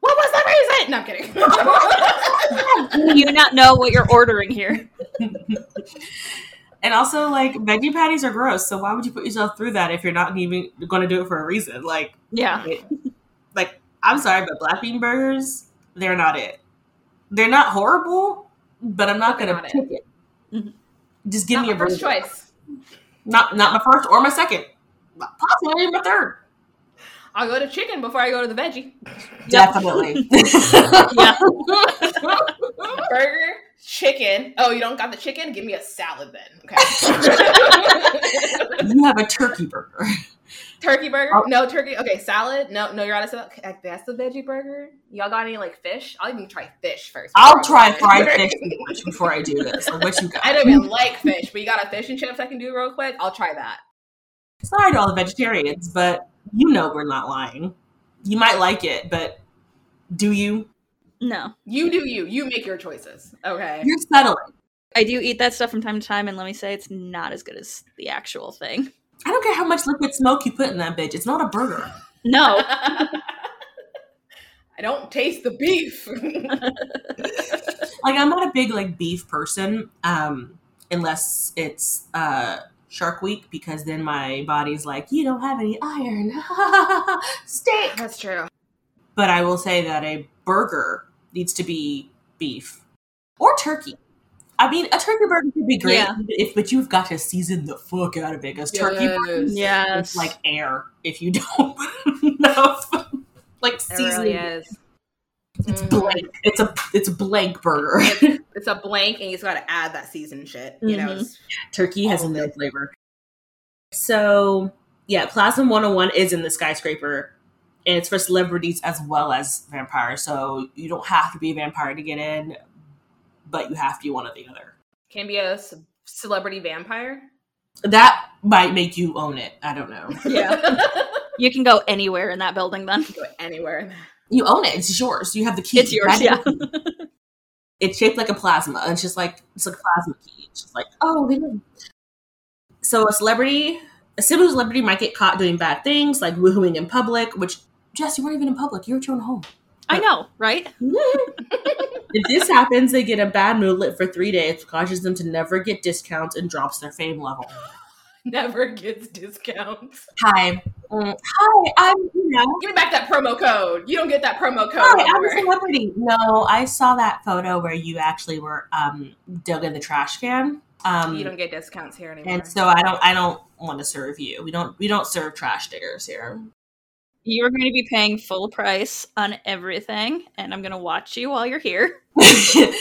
[SPEAKER 1] What was the reason? No, I'm kidding.
[SPEAKER 2] you do not know what you're ordering here.
[SPEAKER 3] And also, like veggie patties are gross, so why would you put yourself through that if you're not even going to do it for a reason? Like,
[SPEAKER 2] Yeah.
[SPEAKER 3] like I'm sorry, but black bean burgers, they're not it. They're not horrible, but I'm not
[SPEAKER 1] But they're
[SPEAKER 3] gonna
[SPEAKER 1] not
[SPEAKER 3] pick it. Mm-hmm.
[SPEAKER 2] Mhm.
[SPEAKER 3] Just give
[SPEAKER 1] Not
[SPEAKER 3] me a
[SPEAKER 1] my first
[SPEAKER 3] burger.
[SPEAKER 1] choice.
[SPEAKER 3] Not not my first or my second. Possibly even my third.
[SPEAKER 1] I'll go to chicken before I go to the veggie.
[SPEAKER 3] Definitely.
[SPEAKER 2] Yeah.
[SPEAKER 1] Burger, chicken. Oh, you don't got the chicken? Give me a salad then. Okay.
[SPEAKER 3] you have a turkey burger.
[SPEAKER 1] turkey burger?
[SPEAKER 3] Oh.
[SPEAKER 1] No turkey. Okay, salad. No, no, you're out of salad. Okay, that's the veggie burger. Y'all got any like fish? I'll even try fish first.
[SPEAKER 3] I'll
[SPEAKER 1] before I
[SPEAKER 3] try
[SPEAKER 1] go to
[SPEAKER 3] fried
[SPEAKER 1] burger.
[SPEAKER 3] fish sandwich before I do this. Like, what you got?
[SPEAKER 1] I don't even like fish, but you got a fish and chips I can do real quick. I'll try that.
[SPEAKER 3] Sorry to all the vegetarians, but you know we're not lying. You might like it, but do you?
[SPEAKER 2] No.
[SPEAKER 1] You do you. You make your choices. Okay.
[SPEAKER 3] You're settling.
[SPEAKER 2] I do eat that stuff from time to time, and let me say it's not as good as the actual thing.
[SPEAKER 3] I don't care how much liquid smoke you put in that bitch. It's not a burger.
[SPEAKER 2] No.
[SPEAKER 1] I don't taste the beef.
[SPEAKER 3] Like I'm not a big like beef person, um, unless it's uh Shark Week, because then my body's like, you don't have any iron. Steak.
[SPEAKER 1] That's true.
[SPEAKER 3] But I will say that a burger needs to be beef or turkey. I mean, a turkey burger could be great,
[SPEAKER 2] Yeah.
[SPEAKER 3] if, but you've got to season the fuck out of it because turkey burgers
[SPEAKER 2] Yes.
[SPEAKER 3] is like air if you don't put enough. like
[SPEAKER 1] It
[SPEAKER 3] season,
[SPEAKER 1] really is.
[SPEAKER 3] it's
[SPEAKER 1] Mhm.
[SPEAKER 3] blank. It's a it's a blank burger.
[SPEAKER 1] It's, it's a blank, and you just got to add that seasoned shit. You know,
[SPEAKER 2] Mhm.
[SPEAKER 1] it's-
[SPEAKER 3] Turkey has
[SPEAKER 1] All of
[SPEAKER 3] no flavor. So, yeah, Plasm 101 is in the skyscraper, and it's for celebrities as well as vampires. So, you don't have to be a vampire to get in, but you have to be one or the other.
[SPEAKER 1] can be a ce- celebrity vampire.
[SPEAKER 3] That might make you own it. I don't know.
[SPEAKER 2] yeah. You can go anywhere in that building then.
[SPEAKER 1] Go anywhere. in that.
[SPEAKER 3] You own it. It's yours. You have the key.
[SPEAKER 2] It's yours, yeah.
[SPEAKER 3] It's shaped like a plasma. and It's just like it's like a plasma key. It's just like oh, they know. So a celebrity, a sibling celebrity might get caught doing bad things like woohooing in public. Which Jess, you weren't even in public. You were at your own home.
[SPEAKER 2] I know, right?
[SPEAKER 3] if this happens, they get a bad moodlet for three days, causes them to never get discounts and drops their fame level.
[SPEAKER 1] Never gets discounts.
[SPEAKER 3] Hi, Mm, hi, I'm you know.
[SPEAKER 1] Give me back that promo code. You don't get that promo code.
[SPEAKER 3] Hi, I'm a
[SPEAKER 1] anymore.
[SPEAKER 3] celebrity. No, I saw that photo where you actually were um, dug in the trash can. Um,
[SPEAKER 1] you don't get discounts here anymore.
[SPEAKER 3] and so I don't. I don't want to serve you. We don't. We don't serve trash diggers here.
[SPEAKER 2] You're going to be paying full price on everything, and I'm going to watch you while you're here.
[SPEAKER 3] Because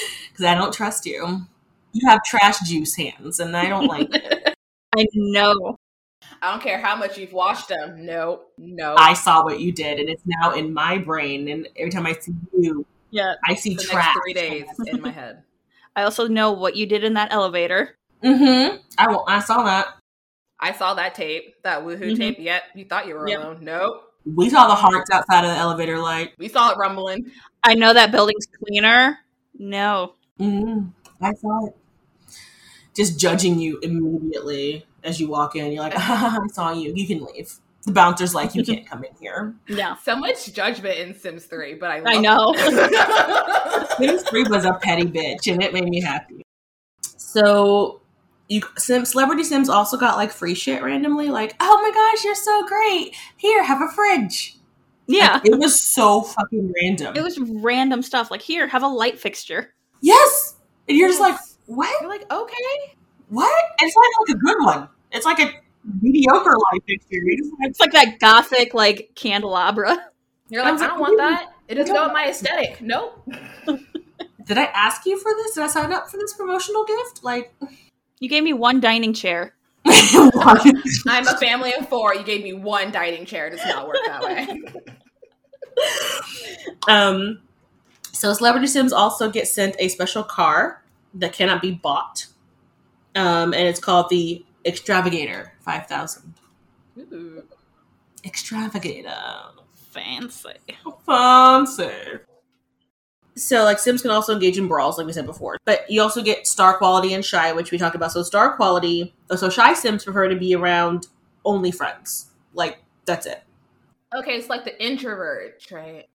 [SPEAKER 3] I don't trust you. You have trash juice hands, and I don't like.
[SPEAKER 2] I know.
[SPEAKER 1] I don't care how much you've washed them. No, no.
[SPEAKER 3] I saw what you did, and it's now in my brain. And every time I see you,
[SPEAKER 2] Yeah.
[SPEAKER 3] I see
[SPEAKER 1] the
[SPEAKER 3] trash.
[SPEAKER 1] next three days in my head.
[SPEAKER 2] I also know what you did in that elevator.
[SPEAKER 3] Mm-hmm. I will, I saw that.
[SPEAKER 1] I saw that tape, that woohoo
[SPEAKER 2] Mhm.
[SPEAKER 1] tape. Yep, you thought you were
[SPEAKER 2] Yep.
[SPEAKER 1] alone. Nope.
[SPEAKER 3] We saw the
[SPEAKER 1] Mm-hmm.
[SPEAKER 3] hearts outside of the elevator, like.
[SPEAKER 1] We saw it rumbling.
[SPEAKER 2] I know that building's cleaner. No.
[SPEAKER 3] Mm, I saw it. Just judging you immediately as you walk in. You're like, I saw you. You can leave. The bouncer's like, you can't come in here.
[SPEAKER 2] No.
[SPEAKER 1] So much judgment in Sims 3, but I love
[SPEAKER 2] I know.
[SPEAKER 1] it.
[SPEAKER 3] Sims 3 was a petty bitch, and it made me happy. So, you Sim, celebrity Sims also got like free shit randomly. Like, oh my gosh, you're so great. Here, have a fridge.
[SPEAKER 2] Yeah.
[SPEAKER 3] It was so fucking random.
[SPEAKER 2] It was random stuff. Like, here, have a light fixture.
[SPEAKER 3] yes. And you're just like, what?
[SPEAKER 1] You're like, okay.
[SPEAKER 3] What? It's not like a good one. It's like a mediocre life experience.
[SPEAKER 2] It's like that gothic, like, candelabra.
[SPEAKER 1] You're
[SPEAKER 3] I
[SPEAKER 1] like,
[SPEAKER 3] was
[SPEAKER 1] I
[SPEAKER 3] like,
[SPEAKER 1] don't want
[SPEAKER 3] "Ooh,
[SPEAKER 1] that. It doesn't go with my aesthetic. Nope.
[SPEAKER 3] Did I ask you for this? Did I sign up for this promotional gift? Like,
[SPEAKER 2] You gave me one dining chair.
[SPEAKER 1] I'm a family of four. You gave me one dining chair. It does not work that way.
[SPEAKER 3] um, so celebrity sims also get sent a special car that cannot be bought, um, and it's called the Extravagator Five Thousand.
[SPEAKER 2] Ooh,
[SPEAKER 3] Extravagata.
[SPEAKER 2] fancy.
[SPEAKER 3] Fancy. So, like, Sims can also engage in brawls, like we said before. But you also get star quality and shy, which we talked about. So, star quality, so shy Sims prefer to be around only friends. Like, that's it.
[SPEAKER 6] Okay, it's like the introvert trait.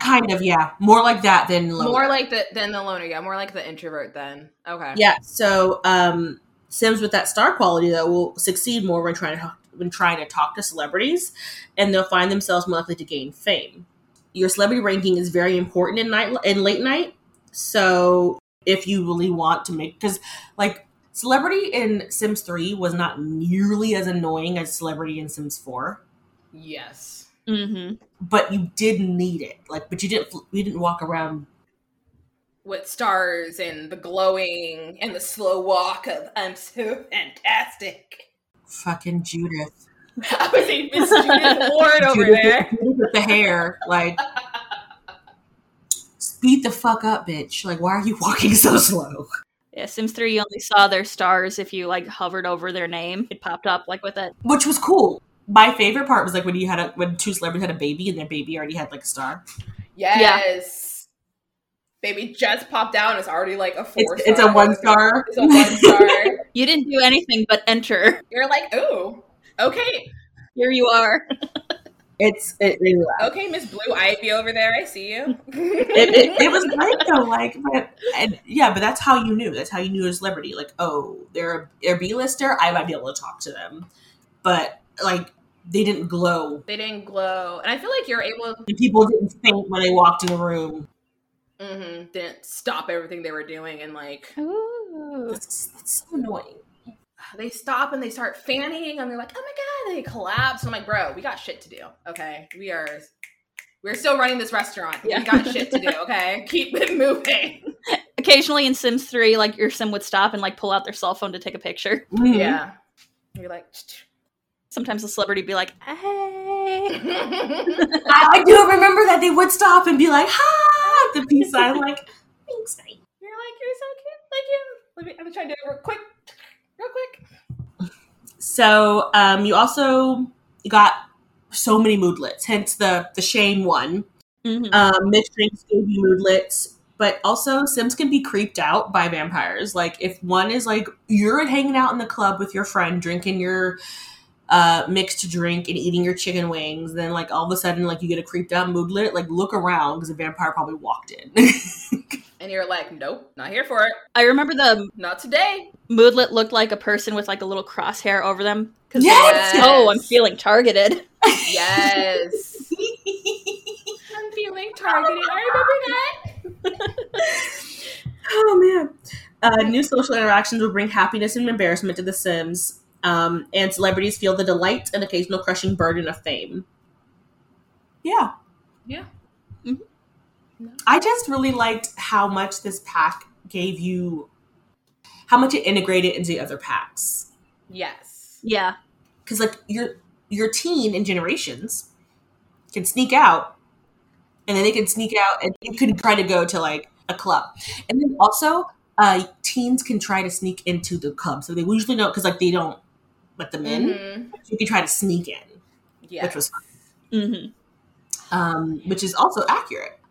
[SPEAKER 3] Kind of, yeah. More like that than low.
[SPEAKER 6] More like the than the loner, yeah. More like the introvert then. Okay.
[SPEAKER 3] yeah. So, um, Sims with that star quality though will succeed more when trying to talk, when trying to talk to celebrities, and they'll find themselves more likely to gain fame. Your celebrity ranking is very important in night in late night. So, if you really want to make because like celebrity in Sims Three was not nearly as annoying as celebrity in Sims Four,
[SPEAKER 1] Yes.
[SPEAKER 2] Mm-hmm.
[SPEAKER 3] but you did need it. Like, but you didn't you didn't walk around
[SPEAKER 1] With stars and the glowing and the slow walk of I'm so fantastic.
[SPEAKER 3] fucking Judith.
[SPEAKER 1] I was a Miss Judith Ward over
[SPEAKER 3] Judith-
[SPEAKER 1] there.
[SPEAKER 3] Judith with the hair, like speed the fuck up, bitch. Like, why are you walking so slow?
[SPEAKER 2] Yeah, Sims 3 you only saw their stars if you like hovered over their name. It popped up like with it.
[SPEAKER 3] Which was cool. My favorite part was like when you had a when two celebrities had a baby and their baby already had like a star.
[SPEAKER 1] Yes. Baby just popped out and it's already like a
[SPEAKER 3] It's,
[SPEAKER 1] four
[SPEAKER 3] it's a one star.
[SPEAKER 1] It's a one star.
[SPEAKER 2] You didn't do anything but enter.
[SPEAKER 1] You're like, oh, okay.
[SPEAKER 2] Here you are.
[SPEAKER 3] it's it really
[SPEAKER 1] Okay, Miss Blue Ivy over there. I see you.
[SPEAKER 3] it, it, it was great though, like, but and yeah, but that's how you knew. That's how you knew a celebrity. Like, oh, they're a, they're a B-lister. I might be able to talk to them, but like, they didn't glow.
[SPEAKER 1] they didn't glow. And I feel like you're able
[SPEAKER 3] And people didn't faint when they walked in the room.
[SPEAKER 1] mhm, didn't stop everything they were doing and like
[SPEAKER 2] Ooh.
[SPEAKER 3] That's, that's so annoying.
[SPEAKER 1] they stop and they start fanning and they're like, oh my god, and they collapse. I'm like, bro, we got shit to do. Okay, we are, we're still running this restaurant.
[SPEAKER 2] Yeah.
[SPEAKER 1] We got shit to do. Okay, keep it moving.
[SPEAKER 2] Occasionally in Sims 3, like your sim would stop and like pull out their cell phone to take a picture.
[SPEAKER 3] Mm-hmm.
[SPEAKER 1] Yeah, you're like,
[SPEAKER 2] Sometimes the celebrity would be like, hey.
[SPEAKER 3] I, I do remember that they would stop and be like, "Ha!" at The peace sign, like, thanks. mate."
[SPEAKER 1] You're like, you're so cute. Thank you. Let me, I'm trying to do it real quick. Real quick.
[SPEAKER 3] So, um, you also got so many moodlets, hence the the shame one.
[SPEAKER 2] Mhm.
[SPEAKER 3] Um, Mitch drinks gave you moodlets, but also Sims can be creeped out by vampires. Like, if one is like you're hanging out in the club with your friend, drinking your uh mixed drink and eating your chicken wings then like all of a sudden like you get a creeped out moodlet like look around because a vampire probably walked in
[SPEAKER 1] And you're like, nope, not here for it.
[SPEAKER 2] I remember the
[SPEAKER 1] Not today.
[SPEAKER 2] moodlet looked like a person with like a little crosshair over them. Because
[SPEAKER 3] Yes!
[SPEAKER 2] oh, I'm feeling targeted.
[SPEAKER 1] Yes. I'm feeling targeted. I remember that.
[SPEAKER 3] Oh man. Uh, new social interactions will bring happiness and embarrassment to The Sims, um, and celebrities feel the delight and occasional crushing burden of fame. Yeah.
[SPEAKER 1] Yeah.
[SPEAKER 3] Mm-hmm.
[SPEAKER 2] Mhm.
[SPEAKER 3] I just really liked how much this pack gave you, how much it integrated into the other packs.
[SPEAKER 1] Yes.
[SPEAKER 2] Yeah.
[SPEAKER 3] Because, like, your, your teen in Generations can sneak out, and then they can sneak out and you can try to go to, like, a club. And then also, uh, teens can try to sneak into the club. So they usually don't because like they don't let them in.
[SPEAKER 1] Mhm.
[SPEAKER 3] So you can try to sneak in,
[SPEAKER 1] Yeah.
[SPEAKER 3] which was fun.
[SPEAKER 2] hmm
[SPEAKER 3] Um, which is also accurate.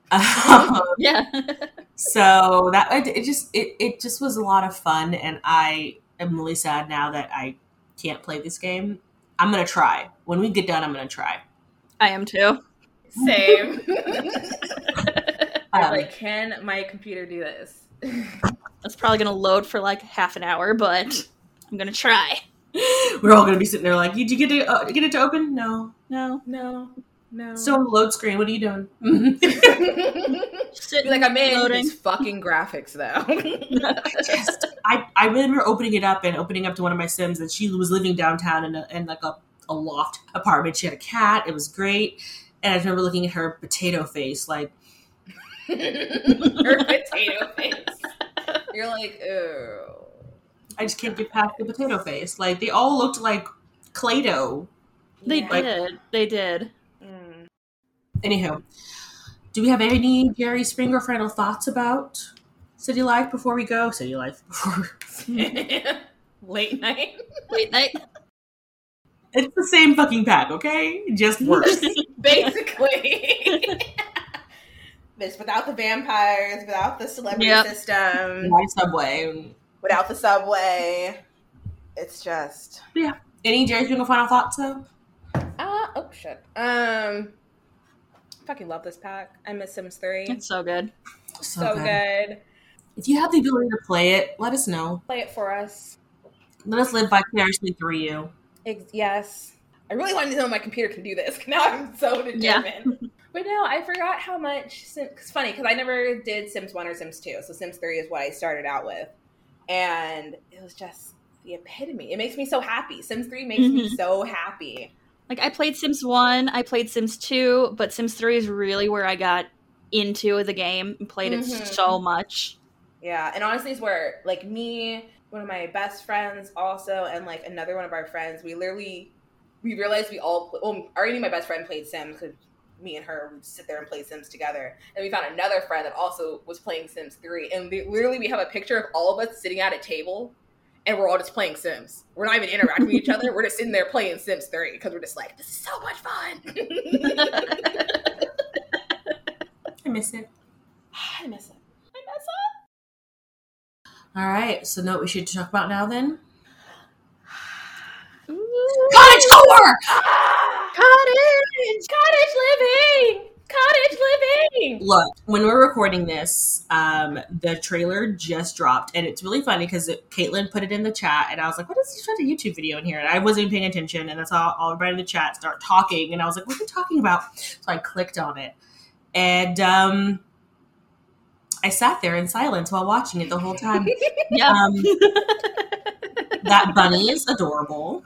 [SPEAKER 2] Yeah.
[SPEAKER 3] so that it, it just it, it just was a lot of fun, and I am really sad now that I can't play this game. I'm gonna try when we get done. I'm gonna try.
[SPEAKER 2] I am too.
[SPEAKER 1] Same.
[SPEAKER 3] Um,
[SPEAKER 1] like, can my computer do this?
[SPEAKER 2] That's probably going to load for like half an hour, but I'm going to try.
[SPEAKER 3] we're all gonna be sitting there like, "Did you get to uh, get it to open? No, no.
[SPEAKER 1] No. No.
[SPEAKER 3] Still on the load screen. What are you doing?
[SPEAKER 1] Be
[SPEAKER 2] Sitting
[SPEAKER 1] like I'm in
[SPEAKER 2] Loading.
[SPEAKER 1] these fucking graphics though.
[SPEAKER 3] just I, I remember opening it up and opening up to one of my sims and she was living downtown in, a, in like a, a loft apartment she had a cat it was great and i remember looking at her potato face like
[SPEAKER 1] Her potato face. You're like, oh.
[SPEAKER 3] i just can't get past the potato face like they all looked like clay-doh
[SPEAKER 2] They
[SPEAKER 1] Yeah.
[SPEAKER 2] did. They did.
[SPEAKER 1] Mm.
[SPEAKER 3] anywho do we have any jerry springer final thoughts about city life before we go city life before
[SPEAKER 1] Mm. Late night.
[SPEAKER 2] Late night.
[SPEAKER 3] It's the same fucking pack, okay? Just worse.
[SPEAKER 1] basically. It's without the vampires, without the celebrity
[SPEAKER 2] Yep.
[SPEAKER 1] system,
[SPEAKER 3] My subway.
[SPEAKER 1] without the subway. It's just
[SPEAKER 3] Any Jerry's doing a final thoughts though?
[SPEAKER 1] ah oh shit. Um, fucking love this pack. I miss Sims Three.
[SPEAKER 2] It's so good.
[SPEAKER 1] so good.
[SPEAKER 3] If you have the ability to play it, let us know.
[SPEAKER 1] Play it for us.
[SPEAKER 3] Let us live vicariously through you.
[SPEAKER 1] Ex- yes. I really wanted to know if my computer can do this. Now I'm so determined.
[SPEAKER 2] Yeah.
[SPEAKER 1] but no, I forgot how much. Sim- It's funny because I never did Sims 1 or Sims 2. So Sims 3 is what I started out with. And it was just the epitome. It makes me so happy. Sims 3 makes me so happy.
[SPEAKER 2] Like I played Sims 1, I played Sims 2, but Sims 3 is really where I got into the game and played
[SPEAKER 1] Mhm.
[SPEAKER 2] it so much.
[SPEAKER 1] Yeah, and honestly, it's where like me, one of my best friends, also, and like another one of our friends, we literally we realized we all pl- well, already my best friend played Sims because me and her would sit there and play Sims together, and we found another friend that also was playing Sims Three, and we, literally we have a picture of all of us sitting at a table. And we're all just playing Sims. We're not even interacting with each other. We're just sitting there playing Sims 3 because we're just like, this is so much fun.
[SPEAKER 3] I miss it.
[SPEAKER 1] I miss it. I miss it.
[SPEAKER 3] All right. So, know what we should talk about now then?
[SPEAKER 2] Ooh.
[SPEAKER 3] Cottage core.
[SPEAKER 1] Cottage! Cottage living! Cottage living!
[SPEAKER 3] Look, when we're recording this, um, the trailer just dropped, and it's really funny because Caitlin put it in the chat, and I was like, "What is she trying to YouTube video in here?" And I wasn't even paying attention, and I saw all everybody in the chat start talking, and I was like, "What are they talking about?" So I clicked on it, and um, I sat there in silence while watching it the whole time.
[SPEAKER 2] Yeah.
[SPEAKER 3] Um, that bunny is adorable.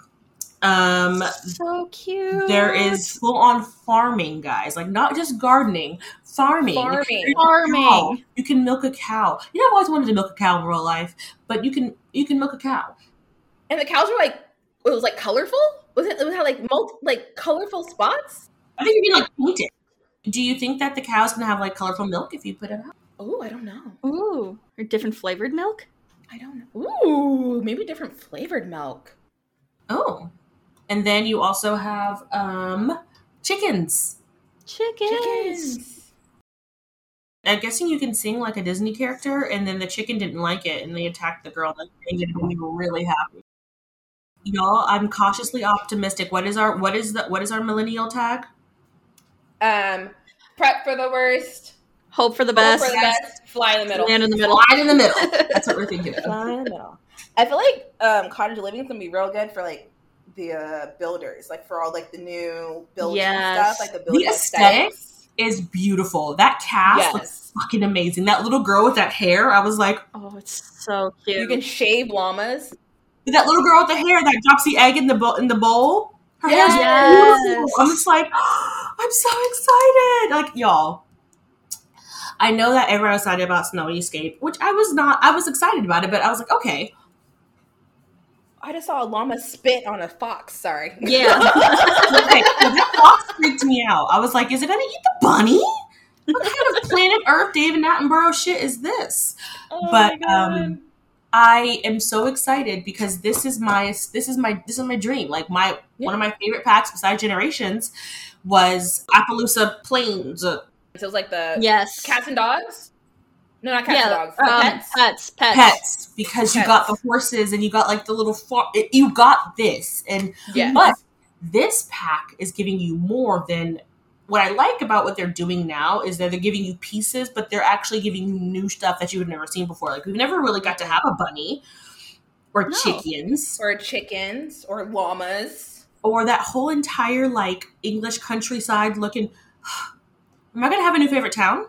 [SPEAKER 3] Um,
[SPEAKER 2] so cute.
[SPEAKER 3] there is full on farming, guys. Like not just gardening, farming.
[SPEAKER 1] Farming.
[SPEAKER 3] Cow.
[SPEAKER 2] farming.
[SPEAKER 3] You can milk a cow. You know, I've always wanted to milk a cow in real life, but you can you can milk a cow.
[SPEAKER 1] And the cows were like, it was like colorful? Was it, it had like multi, like colorful spots?
[SPEAKER 3] I think you can like paint it. Do you think that the cow's gonna have like colorful milk if you put it out?
[SPEAKER 1] Oh, I don't know.
[SPEAKER 2] Ooh, or different flavored milk.
[SPEAKER 1] I don't know. Ooh, maybe different flavored milk.
[SPEAKER 3] Oh, and then you also have um chickens.
[SPEAKER 2] Chickens.
[SPEAKER 1] Chickens.
[SPEAKER 3] I'm guessing you can sing like a Disney character, and then the chicken didn't like it, and they attacked the girl. Like, and we were really happy. Y'all, I'm cautiously optimistic. What is our what is the what is our millennial tag?
[SPEAKER 1] Um, prep for the worst.
[SPEAKER 2] Hope for the
[SPEAKER 1] hope
[SPEAKER 2] best.
[SPEAKER 1] For the best. Fly in the middle.
[SPEAKER 2] Land in the middle.
[SPEAKER 3] Line in the middle. That's what we're thinking of.
[SPEAKER 1] Fly in the middle. I feel like um, cottage living is gonna be real good for like the uh, builders, like for all like the new building
[SPEAKER 2] Yes.
[SPEAKER 1] stuff, like the building
[SPEAKER 3] aesthetics?
[SPEAKER 1] aesthetics.
[SPEAKER 3] Is beautiful. That cast looks
[SPEAKER 1] Yes.
[SPEAKER 3] fucking amazing. That little girl with that hair, I was like,
[SPEAKER 2] Oh, it's so cute.
[SPEAKER 1] You can shave llamas.
[SPEAKER 3] that little girl with the hair that drops the egg in the bowl in the bowl. Her hair's
[SPEAKER 2] Yes.
[SPEAKER 3] beautiful. I'm just like, I'm so excited. Like y'all. I know that everyone was excited about Snowy Escape, which I was not. I was excited about it, but I was like, okay,
[SPEAKER 1] I just saw a llama spit on a fox. Sorry.
[SPEAKER 2] yeah.
[SPEAKER 3] okay. So that fox freaked me out. I was like, is it going to eat the bunny? What kind of planet Earth David Attenborough shit is this? but um, I am so excited because this is my this is my this is my dream. Like my one of my favorite packs besides Generations was Appaloosa Plains. Uh,
[SPEAKER 1] So it was like the
[SPEAKER 2] yes.
[SPEAKER 1] cats and dogs. No, not cats
[SPEAKER 2] yeah.
[SPEAKER 1] and dogs. The
[SPEAKER 2] um,
[SPEAKER 1] pets.
[SPEAKER 2] Pets. Pets.
[SPEAKER 3] pets because you got the horses and you got like the little far- you got this and
[SPEAKER 1] Yeah.
[SPEAKER 3] but this pack is giving you more than what I like about what they're doing now is that they're giving you pieces, but they're actually giving you new stuff that you had never seen before. Like we've never really got to have a bunny or
[SPEAKER 2] No.
[SPEAKER 3] chickens
[SPEAKER 1] Or chickens or llamas.
[SPEAKER 3] or that whole entire like English countryside looking. Am I gonna have a new favorite town?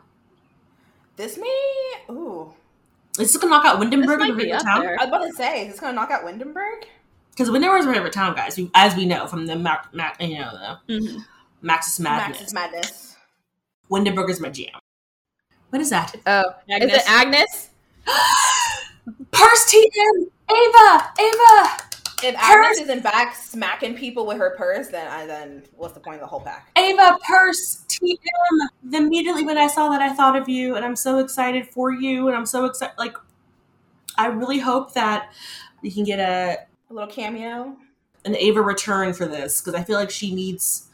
[SPEAKER 1] This may. Ooh.
[SPEAKER 3] Is this gonna knock out
[SPEAKER 2] This
[SPEAKER 3] Windenburg as
[SPEAKER 2] might
[SPEAKER 3] a
[SPEAKER 2] be
[SPEAKER 3] favorite
[SPEAKER 2] up
[SPEAKER 3] town?
[SPEAKER 2] there.
[SPEAKER 1] I was about to say, is this going to knock out Windenburg?
[SPEAKER 3] Because Windenburg is my favorite town, guys. We- As we know from the Mac, Mac you know, the
[SPEAKER 2] Mhm.
[SPEAKER 3] Max's
[SPEAKER 1] Max's
[SPEAKER 3] Madness.
[SPEAKER 1] Madness.
[SPEAKER 3] Windenburg is my jam. What is that?
[SPEAKER 1] Oh.
[SPEAKER 2] Agnes.
[SPEAKER 1] Is it Agnes?
[SPEAKER 3] Purse TM! Ava! Ava!
[SPEAKER 1] If
[SPEAKER 3] Hers-
[SPEAKER 1] Agnes isn't back smacking people with her purse, then I then what's the point of the whole pack?
[SPEAKER 3] Ava Purse TM! Then immediately when I saw that, I thought of you, and I'm so excited for you, and I'm so excited. Like, I really hope that you can get a
[SPEAKER 1] A little cameo.
[SPEAKER 3] an Ava return for this because I feel like she needs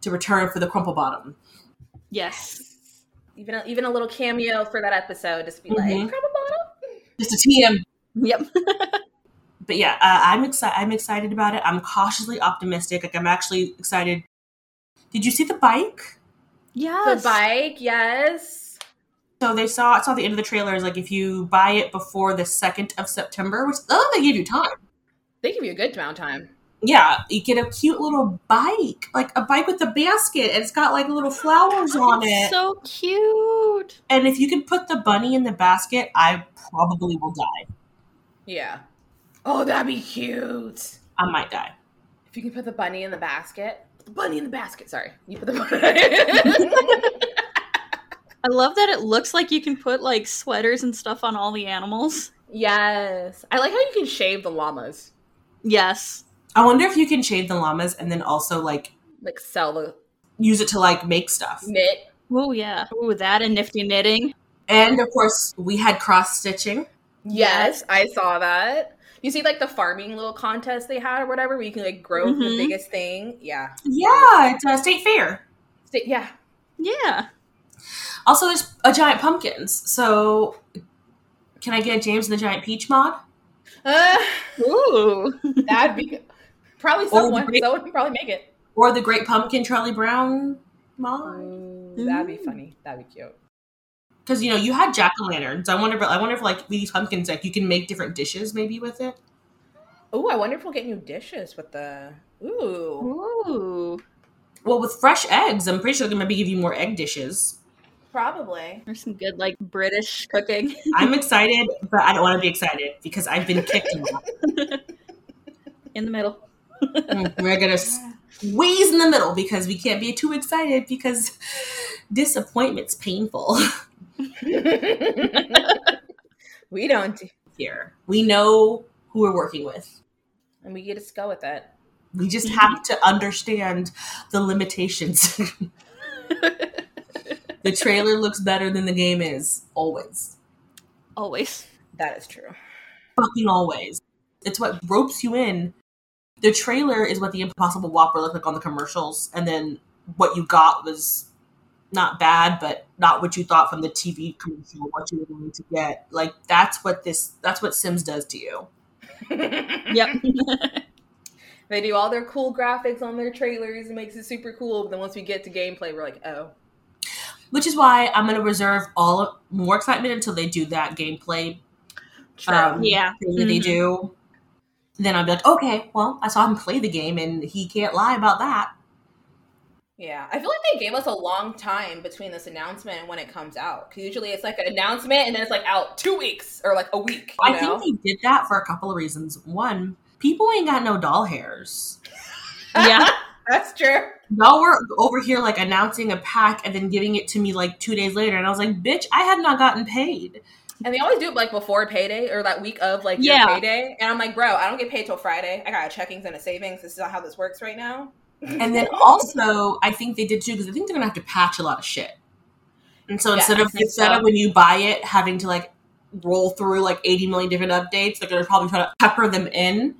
[SPEAKER 3] to return for the crumple bottom.
[SPEAKER 2] Yes.
[SPEAKER 1] Even a, even a little cameo for that episode, just be
[SPEAKER 3] Mhm.
[SPEAKER 1] like, grab a bottle.
[SPEAKER 3] Just a TM
[SPEAKER 2] Yep.
[SPEAKER 3] but yeah, uh, I'm excited. I'm excited about it. I'm cautiously optimistic. Like I'm actually excited. Did you see the bike?
[SPEAKER 2] Yes.
[SPEAKER 1] The bike, yes.
[SPEAKER 3] So they saw. I saw the end of the trailer is like if you buy it before the second of September, which oh they give you time.
[SPEAKER 1] They give you a good amount of time.
[SPEAKER 3] Yeah, you get a cute little bike, like a bike with a basket, and it's got like little flowers on
[SPEAKER 2] It's
[SPEAKER 3] it.
[SPEAKER 2] Oh, so cute.
[SPEAKER 3] and if you can put the bunny in the basket, I probably will die.
[SPEAKER 1] Yeah. Oh, that'd be cute.
[SPEAKER 3] I might die.
[SPEAKER 1] If you can put the bunny in the basket. The bunny in the basket. Sorry. You put the bunny.
[SPEAKER 2] I love that it looks like you can put like sweaters and stuff on all the animals.
[SPEAKER 1] yes. I like how you can shave the llamas.
[SPEAKER 2] Yes.
[SPEAKER 3] I wonder if you can shave the llamas and then also like
[SPEAKER 1] Like sell the
[SPEAKER 3] use it to like make stuff.
[SPEAKER 1] knit.
[SPEAKER 2] Oh yeah. Ooh, that and nifty knitting.
[SPEAKER 3] And of course, we had cross stitching.
[SPEAKER 1] Yes, I saw that. You see like the farming little contest they had or whatever where you can like grow the
[SPEAKER 2] Mhm.
[SPEAKER 1] biggest thing. Yeah.
[SPEAKER 3] Yeah, it's a state fair.
[SPEAKER 1] So- yeah.
[SPEAKER 2] Yeah.
[SPEAKER 3] Also, there's a giant pumpkins. So, can I get a James and the Giant Peach mod?
[SPEAKER 1] Uh,
[SPEAKER 2] Ooh.
[SPEAKER 1] that'd be probably
[SPEAKER 3] Or
[SPEAKER 1] someone.
[SPEAKER 3] break-
[SPEAKER 1] Someone would probably make it.
[SPEAKER 3] Or the Great Pumpkin Charlie Brown
[SPEAKER 1] Oh,
[SPEAKER 3] mod?
[SPEAKER 1] that'd be
[SPEAKER 2] Mm.
[SPEAKER 1] funny. That'd be cute.
[SPEAKER 3] Because you know you had jack o' lanterns. I wonder, I wonder if like these pumpkins, like you can make different dishes maybe with it.
[SPEAKER 1] Ooh, I wonder if we'll get new dishes with the. Ooh,
[SPEAKER 2] Ooh.
[SPEAKER 3] Well, with fresh eggs, I'm pretty sure they maybe give you more egg dishes.
[SPEAKER 1] probably.
[SPEAKER 2] There's some good like British cooking.
[SPEAKER 3] I'm excited, but I don't want to be excited because I've been kicked. in the-
[SPEAKER 2] In the middle.
[SPEAKER 3] Mm, We're gonna squeeze in the middle because we can't be too excited because disappointment's painful.
[SPEAKER 1] we don't, do-
[SPEAKER 3] here. We know who we're working with.
[SPEAKER 1] and we get to go with it.
[SPEAKER 3] We just have to understand the limitations. the trailer looks better than the game is, always.
[SPEAKER 2] Always.
[SPEAKER 1] That is true.
[SPEAKER 3] Fucking always. It's what ropes you in. The trailer is what the Impossible Whopper looked like on the commercials, and then what you got was not bad, but not what you thought from the TV commercial, what you were going to get. Like that's what this that's what Sims does to you.
[SPEAKER 2] Yep.
[SPEAKER 1] They do all their cool graphics on their trailers. It makes it super cool. But then once we get to gameplay, we're like, oh,
[SPEAKER 3] Which is why I'm gonna reserve all of, more excitement until they do that gameplay
[SPEAKER 1] true.
[SPEAKER 3] Um,
[SPEAKER 2] yeah.
[SPEAKER 3] thing that they
[SPEAKER 2] Mhm.
[SPEAKER 3] do. Then I'd be like, okay, well, I saw him play the game and he can't lie about that.
[SPEAKER 1] yeah, I feel like they gave us a long time between this announcement and when it comes out. 'Cause usually it's like an announcement and then it's like out two weeks or like a week. You
[SPEAKER 3] I
[SPEAKER 1] know?
[SPEAKER 3] think they did that for a couple of reasons. One, people ain't got no doll hairs.
[SPEAKER 2] Yeah.
[SPEAKER 1] that's true.
[SPEAKER 3] Y'all were over here like announcing a pack and then giving it to me like two days later, and I was like, bitch, I have not gotten paid.
[SPEAKER 1] And they always do it like before payday or that week of like
[SPEAKER 2] Yeah.
[SPEAKER 1] your payday. And I'm like, bro, I don't get paid till Friday. I got a checkings and a savings. This is not how this works right now.
[SPEAKER 3] And then also, I think they did too because I think they're gonna have to patch a lot of shit. And so
[SPEAKER 1] Yeah,
[SPEAKER 3] instead
[SPEAKER 1] I
[SPEAKER 3] of
[SPEAKER 1] think
[SPEAKER 3] instead of
[SPEAKER 1] so.
[SPEAKER 3] when you buy it having to like roll through like eighty million different updates, they're gonna probably try to pepper them in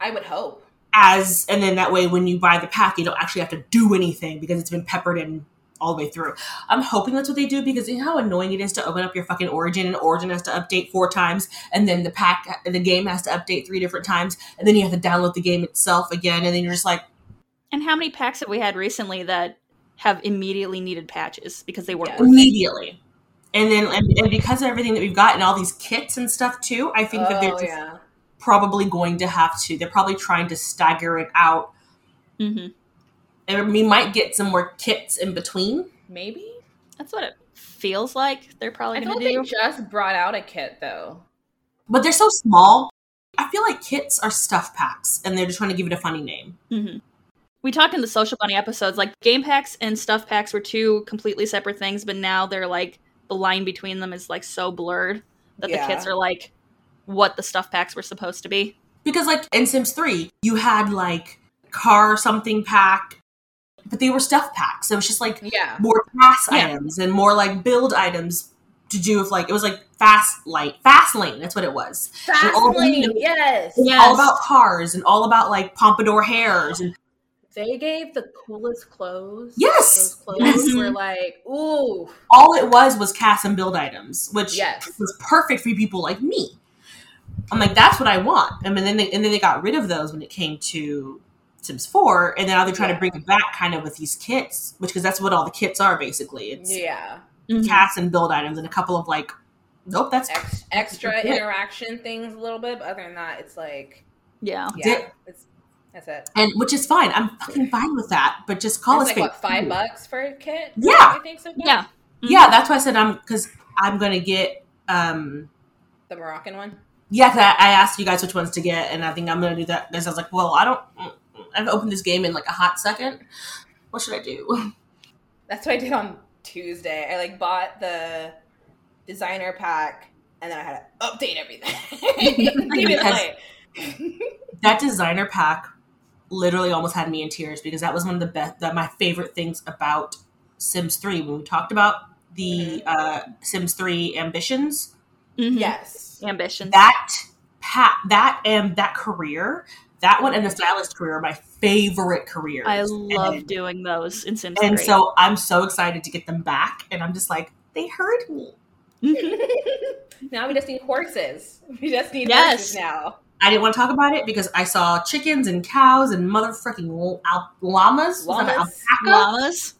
[SPEAKER 1] I would hope.
[SPEAKER 3] as and then that way when you buy the pack you don't actually have to do anything because it's been peppered in all the way through i'm hoping that's what they do because you know how annoying it is to open up your fucking origin and origin has to update four times and then the pack the game has to update three different times and then you have to download the game itself again and then you're just like
[SPEAKER 2] And how many packs have we had recently that have immediately needed patches because they weren't
[SPEAKER 1] Yeah.
[SPEAKER 2] working?
[SPEAKER 3] immediately and then and, and because of everything that we've got and all these kits and stuff too i think that they're
[SPEAKER 1] Oh,
[SPEAKER 3] just
[SPEAKER 1] yeah.
[SPEAKER 3] probably going to have to they're probably trying to stagger it out
[SPEAKER 2] hmm
[SPEAKER 3] and we might get some more kits in between
[SPEAKER 1] Maybe?
[SPEAKER 2] That's what it feels like they're
[SPEAKER 1] I
[SPEAKER 2] probably
[SPEAKER 1] feel
[SPEAKER 2] going
[SPEAKER 1] like
[SPEAKER 2] to
[SPEAKER 1] they
[SPEAKER 2] do.
[SPEAKER 1] just brought out a kit though.
[SPEAKER 3] but they're so small. I feel like kits are stuff packs, and they're just trying to give it a funny name.
[SPEAKER 2] hmm We talked in the Social Bunny episodes, like game packs and stuff packs were two completely separate things, but now they're like the line between them is like so blurred that
[SPEAKER 1] Yeah.
[SPEAKER 2] the kits are like what the stuff packs were supposed to be.
[SPEAKER 3] Because, like in Sims 3, you had like car something pack, but they were stuff packs. So it's just like
[SPEAKER 1] Yeah.
[SPEAKER 3] more pass
[SPEAKER 2] Yeah.
[SPEAKER 3] items and more like build items to do with like it was like fast light, fast lane. That's what it was.
[SPEAKER 1] Fast
[SPEAKER 3] all
[SPEAKER 1] lane,
[SPEAKER 3] mean-
[SPEAKER 1] yes.
[SPEAKER 3] It's
[SPEAKER 2] Yes.
[SPEAKER 3] all about cars and all about like pompadour hairs and
[SPEAKER 4] They gave the coolest clothes.
[SPEAKER 3] Yes!
[SPEAKER 4] Those clothes
[SPEAKER 2] Yes.
[SPEAKER 4] were like, ooh.
[SPEAKER 3] all it was was cast and build items, which
[SPEAKER 4] Yes.
[SPEAKER 3] was perfect for people like me. I'm like, that's what I want. I mean, then they, and then they got rid of those when it came to Sims 4, and now they're trying to bring it back kind of with these kits, which because that's what all the kits are basically. It's
[SPEAKER 1] Yeah.
[SPEAKER 2] Mhm.
[SPEAKER 3] cast and build items and a couple of like, nope, that's
[SPEAKER 1] Ex- extra
[SPEAKER 3] Yeah.
[SPEAKER 1] interaction things a little bit, but other than that, it's like
[SPEAKER 2] Yeah.
[SPEAKER 1] yeah,
[SPEAKER 3] Did-
[SPEAKER 1] it's that's it.
[SPEAKER 3] and which is fine. I'm fucking fine with that, but just call
[SPEAKER 1] it's
[SPEAKER 3] it
[SPEAKER 1] like what five bucks for a kit?
[SPEAKER 3] Yeah.
[SPEAKER 1] I think so.
[SPEAKER 2] Yeah. Mhm.
[SPEAKER 1] Mm-hmm.
[SPEAKER 3] Yeah, that's why I said I'm because I'm gonna get um
[SPEAKER 1] the Moroccan one.
[SPEAKER 3] Yeah, 'cause I, I asked you guys which ones to get, and I think I'm gonna do that because I was like, well, I don't, I've opened this game in like a hot second. What should I do?
[SPEAKER 1] That's what I did on Tuesday. I like bought the designer pack, and then I had to update everything. Give it
[SPEAKER 3] Because-
[SPEAKER 1] away.
[SPEAKER 3] That designer pack literally almost had me in tears because that was one of the best, that my favorite things about Sims 3 when we talked about the
[SPEAKER 2] Mm-hmm.
[SPEAKER 3] uh, Sims 3 ambitions.
[SPEAKER 2] Mhm.
[SPEAKER 1] Yes.
[SPEAKER 2] Ambitions.
[SPEAKER 3] That pat, that and that career, that one and the stylist career, are my favorite careers.
[SPEAKER 2] I
[SPEAKER 3] And-
[SPEAKER 2] love doing those in Sims
[SPEAKER 3] and
[SPEAKER 2] 3.
[SPEAKER 3] so I'm so excited to get them back, and I'm just like, they heard me.
[SPEAKER 2] Mhm.
[SPEAKER 1] now we just need horses. We just need
[SPEAKER 2] Yes.
[SPEAKER 1] horses now.
[SPEAKER 3] I didn't want to talk about it because I saw chickens and cows and motherfucking l- al- llamas. Was that an
[SPEAKER 1] Llamas.
[SPEAKER 3] alpaca?
[SPEAKER 2] Llamas.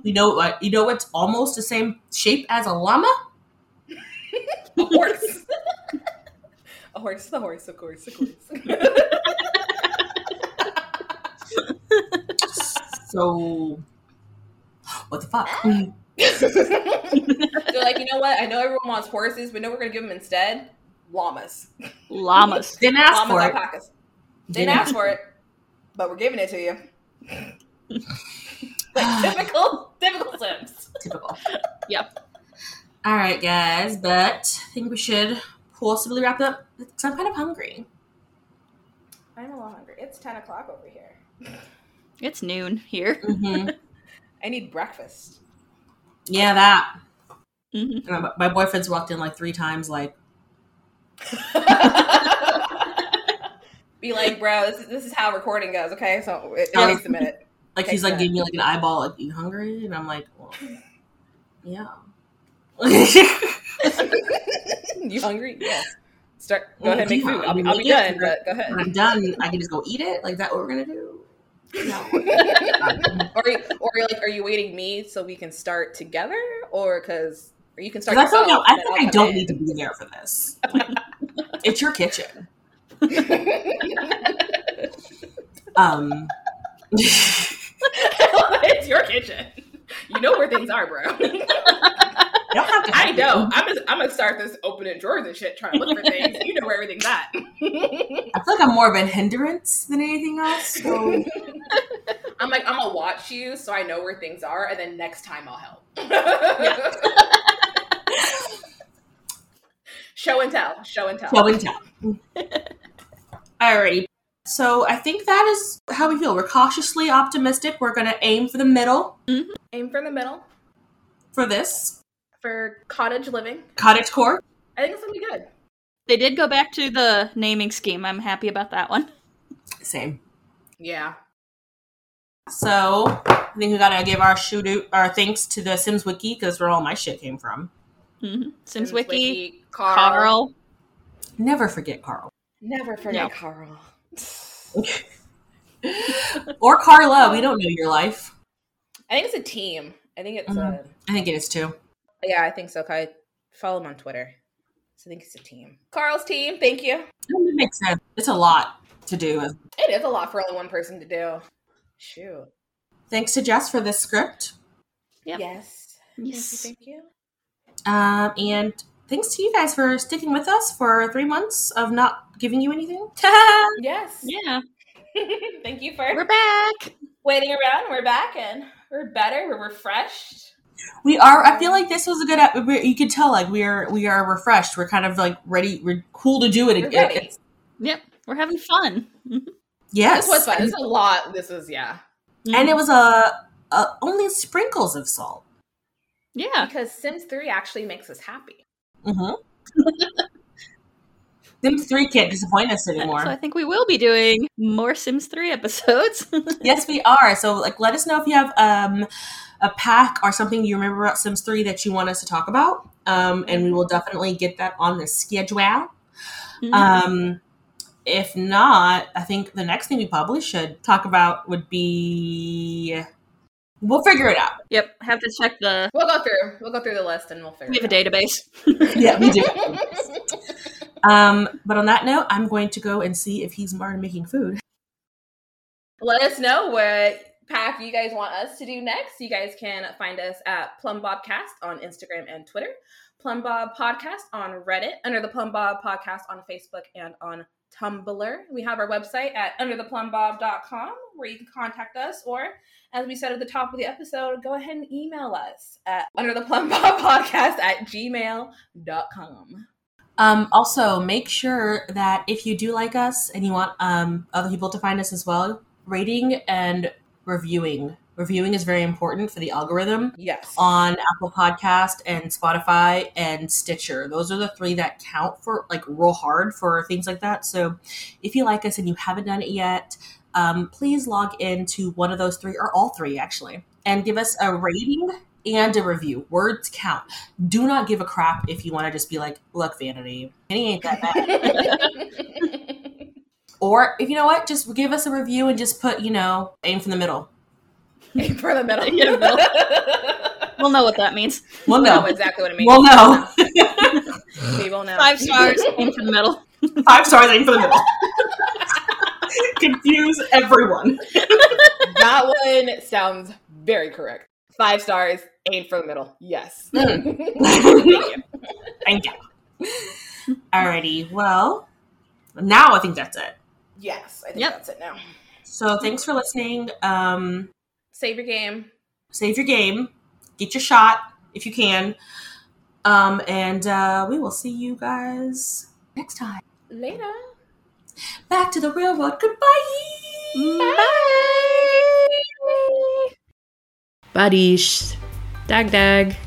[SPEAKER 3] You know what? You know what's almost the same shape as a llama?
[SPEAKER 1] A horse. a horse, the horse, of course, of course.
[SPEAKER 3] so, what the fuck?
[SPEAKER 1] Eh. They're like, you know what? I know everyone wants horses, but no, we're going to give them instead llamas.
[SPEAKER 2] Llamas.
[SPEAKER 3] Didn't ask
[SPEAKER 1] llamas,
[SPEAKER 3] for it.
[SPEAKER 1] alpacas. Didn't ask for it, but we're giving it to you. like typical, typical Sims.
[SPEAKER 3] Typical.
[SPEAKER 2] Yep.
[SPEAKER 3] All right, guys, but I think we should possibly wrap it up because I'm kind of hungry.
[SPEAKER 1] I'm a little hungry. It's 10 o'clock over here.
[SPEAKER 2] It's noon here.
[SPEAKER 3] hmm
[SPEAKER 1] I need breakfast.
[SPEAKER 3] yeah, that.
[SPEAKER 2] Mhm.
[SPEAKER 3] And my, my boyfriend's walked in like three times, like,
[SPEAKER 1] Be like, bro, this is, this is how recording goes, okay? So it, it takes a minute.
[SPEAKER 3] like
[SPEAKER 1] Takes
[SPEAKER 3] he's like
[SPEAKER 1] that.
[SPEAKER 3] giving me like an eyeball, like you hungry, and I'm like, well, yeah.
[SPEAKER 1] you hungry? Yes. Start. Go ahead and make
[SPEAKER 3] Oh, Yeah,
[SPEAKER 1] food. I'll be,
[SPEAKER 3] I
[SPEAKER 1] I'll be
[SPEAKER 3] mean,
[SPEAKER 1] done, but go ahead.
[SPEAKER 3] when I'm done, I can just go eat it. Like that, what we're gonna do? No.
[SPEAKER 1] or, or you're like, are you waiting me so we can start together, or because or you can start?
[SPEAKER 3] 'Cause I feel
[SPEAKER 1] yourself,
[SPEAKER 3] no, I
[SPEAKER 1] and
[SPEAKER 3] feel
[SPEAKER 1] I'll
[SPEAKER 3] I
[SPEAKER 1] come
[SPEAKER 3] don't
[SPEAKER 1] in.
[SPEAKER 3] need to be there for this. it's your kitchen. Um, I
[SPEAKER 4] it's your kitchen. You know where things are, bro.
[SPEAKER 3] don't have to.
[SPEAKER 4] I
[SPEAKER 3] help you.
[SPEAKER 4] know. I'm just, I'm gonna start this opening drawers and shit, trying to look for things. You know where everything's at.
[SPEAKER 3] I feel like I'm more of a hindrance than anything else. So
[SPEAKER 1] I'm like, I'm gonna watch you so I know where things are, and then next time I'll help.
[SPEAKER 4] Show and tell. Show and tell.
[SPEAKER 3] show and tell. Alrighty. So I think that is how we feel. We're cautiously optimistic. We're gonna aim for the middle
[SPEAKER 1] Aim for the middle
[SPEAKER 3] for this
[SPEAKER 1] for cottage living.
[SPEAKER 3] cottage core.
[SPEAKER 1] I think it's gonna be good.
[SPEAKER 2] They did go back to the naming scheme. I'm happy about that one.
[SPEAKER 3] Same.
[SPEAKER 1] Yeah.
[SPEAKER 3] So I think we gotta give our shoot our thanks to the Sims Wiki because where all my shit came from.
[SPEAKER 2] Mhm. Sims Wiki,
[SPEAKER 1] Carl.
[SPEAKER 2] Carl.
[SPEAKER 3] Never forget Carl
[SPEAKER 1] Never forget Carl.
[SPEAKER 3] or Carla. We don't know your life.
[SPEAKER 1] I think it's a team. I think it's
[SPEAKER 3] Mhm.
[SPEAKER 1] a.
[SPEAKER 3] I think it is too.
[SPEAKER 1] Yeah, I think so. 'cause I follow him on Twitter. So I think it's a team. Carl's team. Thank you.
[SPEAKER 3] It makes sense. It's a lot to do.
[SPEAKER 1] It is a lot for only one person to do. Shoot.
[SPEAKER 3] Thanks to Jess for this script,
[SPEAKER 2] Yep.
[SPEAKER 1] Yes.
[SPEAKER 2] Yes.
[SPEAKER 1] Thank you.
[SPEAKER 3] um, and thanks to you guys for sticking with us for three months of not giving you anything.
[SPEAKER 1] Thank you. Yes.
[SPEAKER 2] Yeah.
[SPEAKER 1] thank you for
[SPEAKER 2] We're back.
[SPEAKER 1] waiting around. We're back and we're better. We're refreshed.
[SPEAKER 3] we are. I feel like this was a good. ep- we- You could tell like we are. We are refreshed. We're kind of like ready. We're cool to do it
[SPEAKER 1] We're ready.
[SPEAKER 3] again.
[SPEAKER 2] Yep. We're having fun. Mhm.
[SPEAKER 3] Yes,
[SPEAKER 4] This was fun. This is a lot. This is yeah.
[SPEAKER 2] Mm-hmm.
[SPEAKER 3] uh, and it was a, a only sprinkles of salt.
[SPEAKER 2] Yeah.
[SPEAKER 1] because Sims 3 actually makes us happy.
[SPEAKER 3] Mm-hmm. Them three can't disappoint us anymore.
[SPEAKER 2] So I think we will be doing more Sims 3 episodes.
[SPEAKER 3] yes, we are. So like, let us know if you have um, a pack or something you remember about Sims Three that you want us to talk about, um, and we will definitely get that on the schedule.
[SPEAKER 2] Mm-hmm.
[SPEAKER 3] Um, if not, I think the next thing we probably should talk about would be we'll figure it out.
[SPEAKER 2] yep. Have to check the.
[SPEAKER 1] We'll go through. We'll go through the list and we'll figure
[SPEAKER 2] We have a
[SPEAKER 1] it
[SPEAKER 2] database.
[SPEAKER 3] yeah, we do.
[SPEAKER 1] out.
[SPEAKER 3] Um, but on that note, I'm going to go and see if he's already making food.
[SPEAKER 1] Let us know what pack you guys want us to do next. You guys can find us at Plum Bobcast on Instagram and Twitter, Plum Bob Podcast on Reddit, Under the Plum Bob Podcast on Facebook and on Tumblr. We have our website at undertheplumbob.com where you can contact us or as we said at the top of the episode, go ahead and email us at undertheplumbobbpodcast at gmail.com.
[SPEAKER 3] Um, also, make sure that if you do like us and you want um, other people to find us as well, rating and reviewing. Reviewing is very important for the algorithm
[SPEAKER 1] Yes.
[SPEAKER 3] on Apple Podcast and Spotify and Stitcher. Those are the three that count for like real hard for things like that. So if you like us and you haven't done it yet, um, please log into one of those three or all three actually and give us a rating and a review. Words count. Do not give a crap if you want to just be like, look, vanity, it ain't that bad. or if you know what, just give us a review and just put, you know, aim for the middle.
[SPEAKER 1] For the middle.
[SPEAKER 2] Yeah, we'll know what that means.
[SPEAKER 3] We'll
[SPEAKER 1] We know
[SPEAKER 3] know.
[SPEAKER 1] exactly what it means.
[SPEAKER 3] We'll know.
[SPEAKER 1] We will know.
[SPEAKER 2] Five stars aim for the middle.
[SPEAKER 3] Five stars aim for the middle. Confuse everyone.
[SPEAKER 1] that one sounds very correct. Five stars, aim for the middle. Yes.
[SPEAKER 3] Thank you. Alrighty, well, now I think that's it.
[SPEAKER 1] yes, I think
[SPEAKER 2] Yep.
[SPEAKER 1] that's it now.
[SPEAKER 3] So thanks for listening. Um,
[SPEAKER 1] Save your game.
[SPEAKER 3] save your game, get your shot if you can, um, and uh, we will see you guys next time.
[SPEAKER 1] Later.
[SPEAKER 3] Back to the real world. Goodbye.
[SPEAKER 2] Bye.
[SPEAKER 7] Buddies. Dag dag.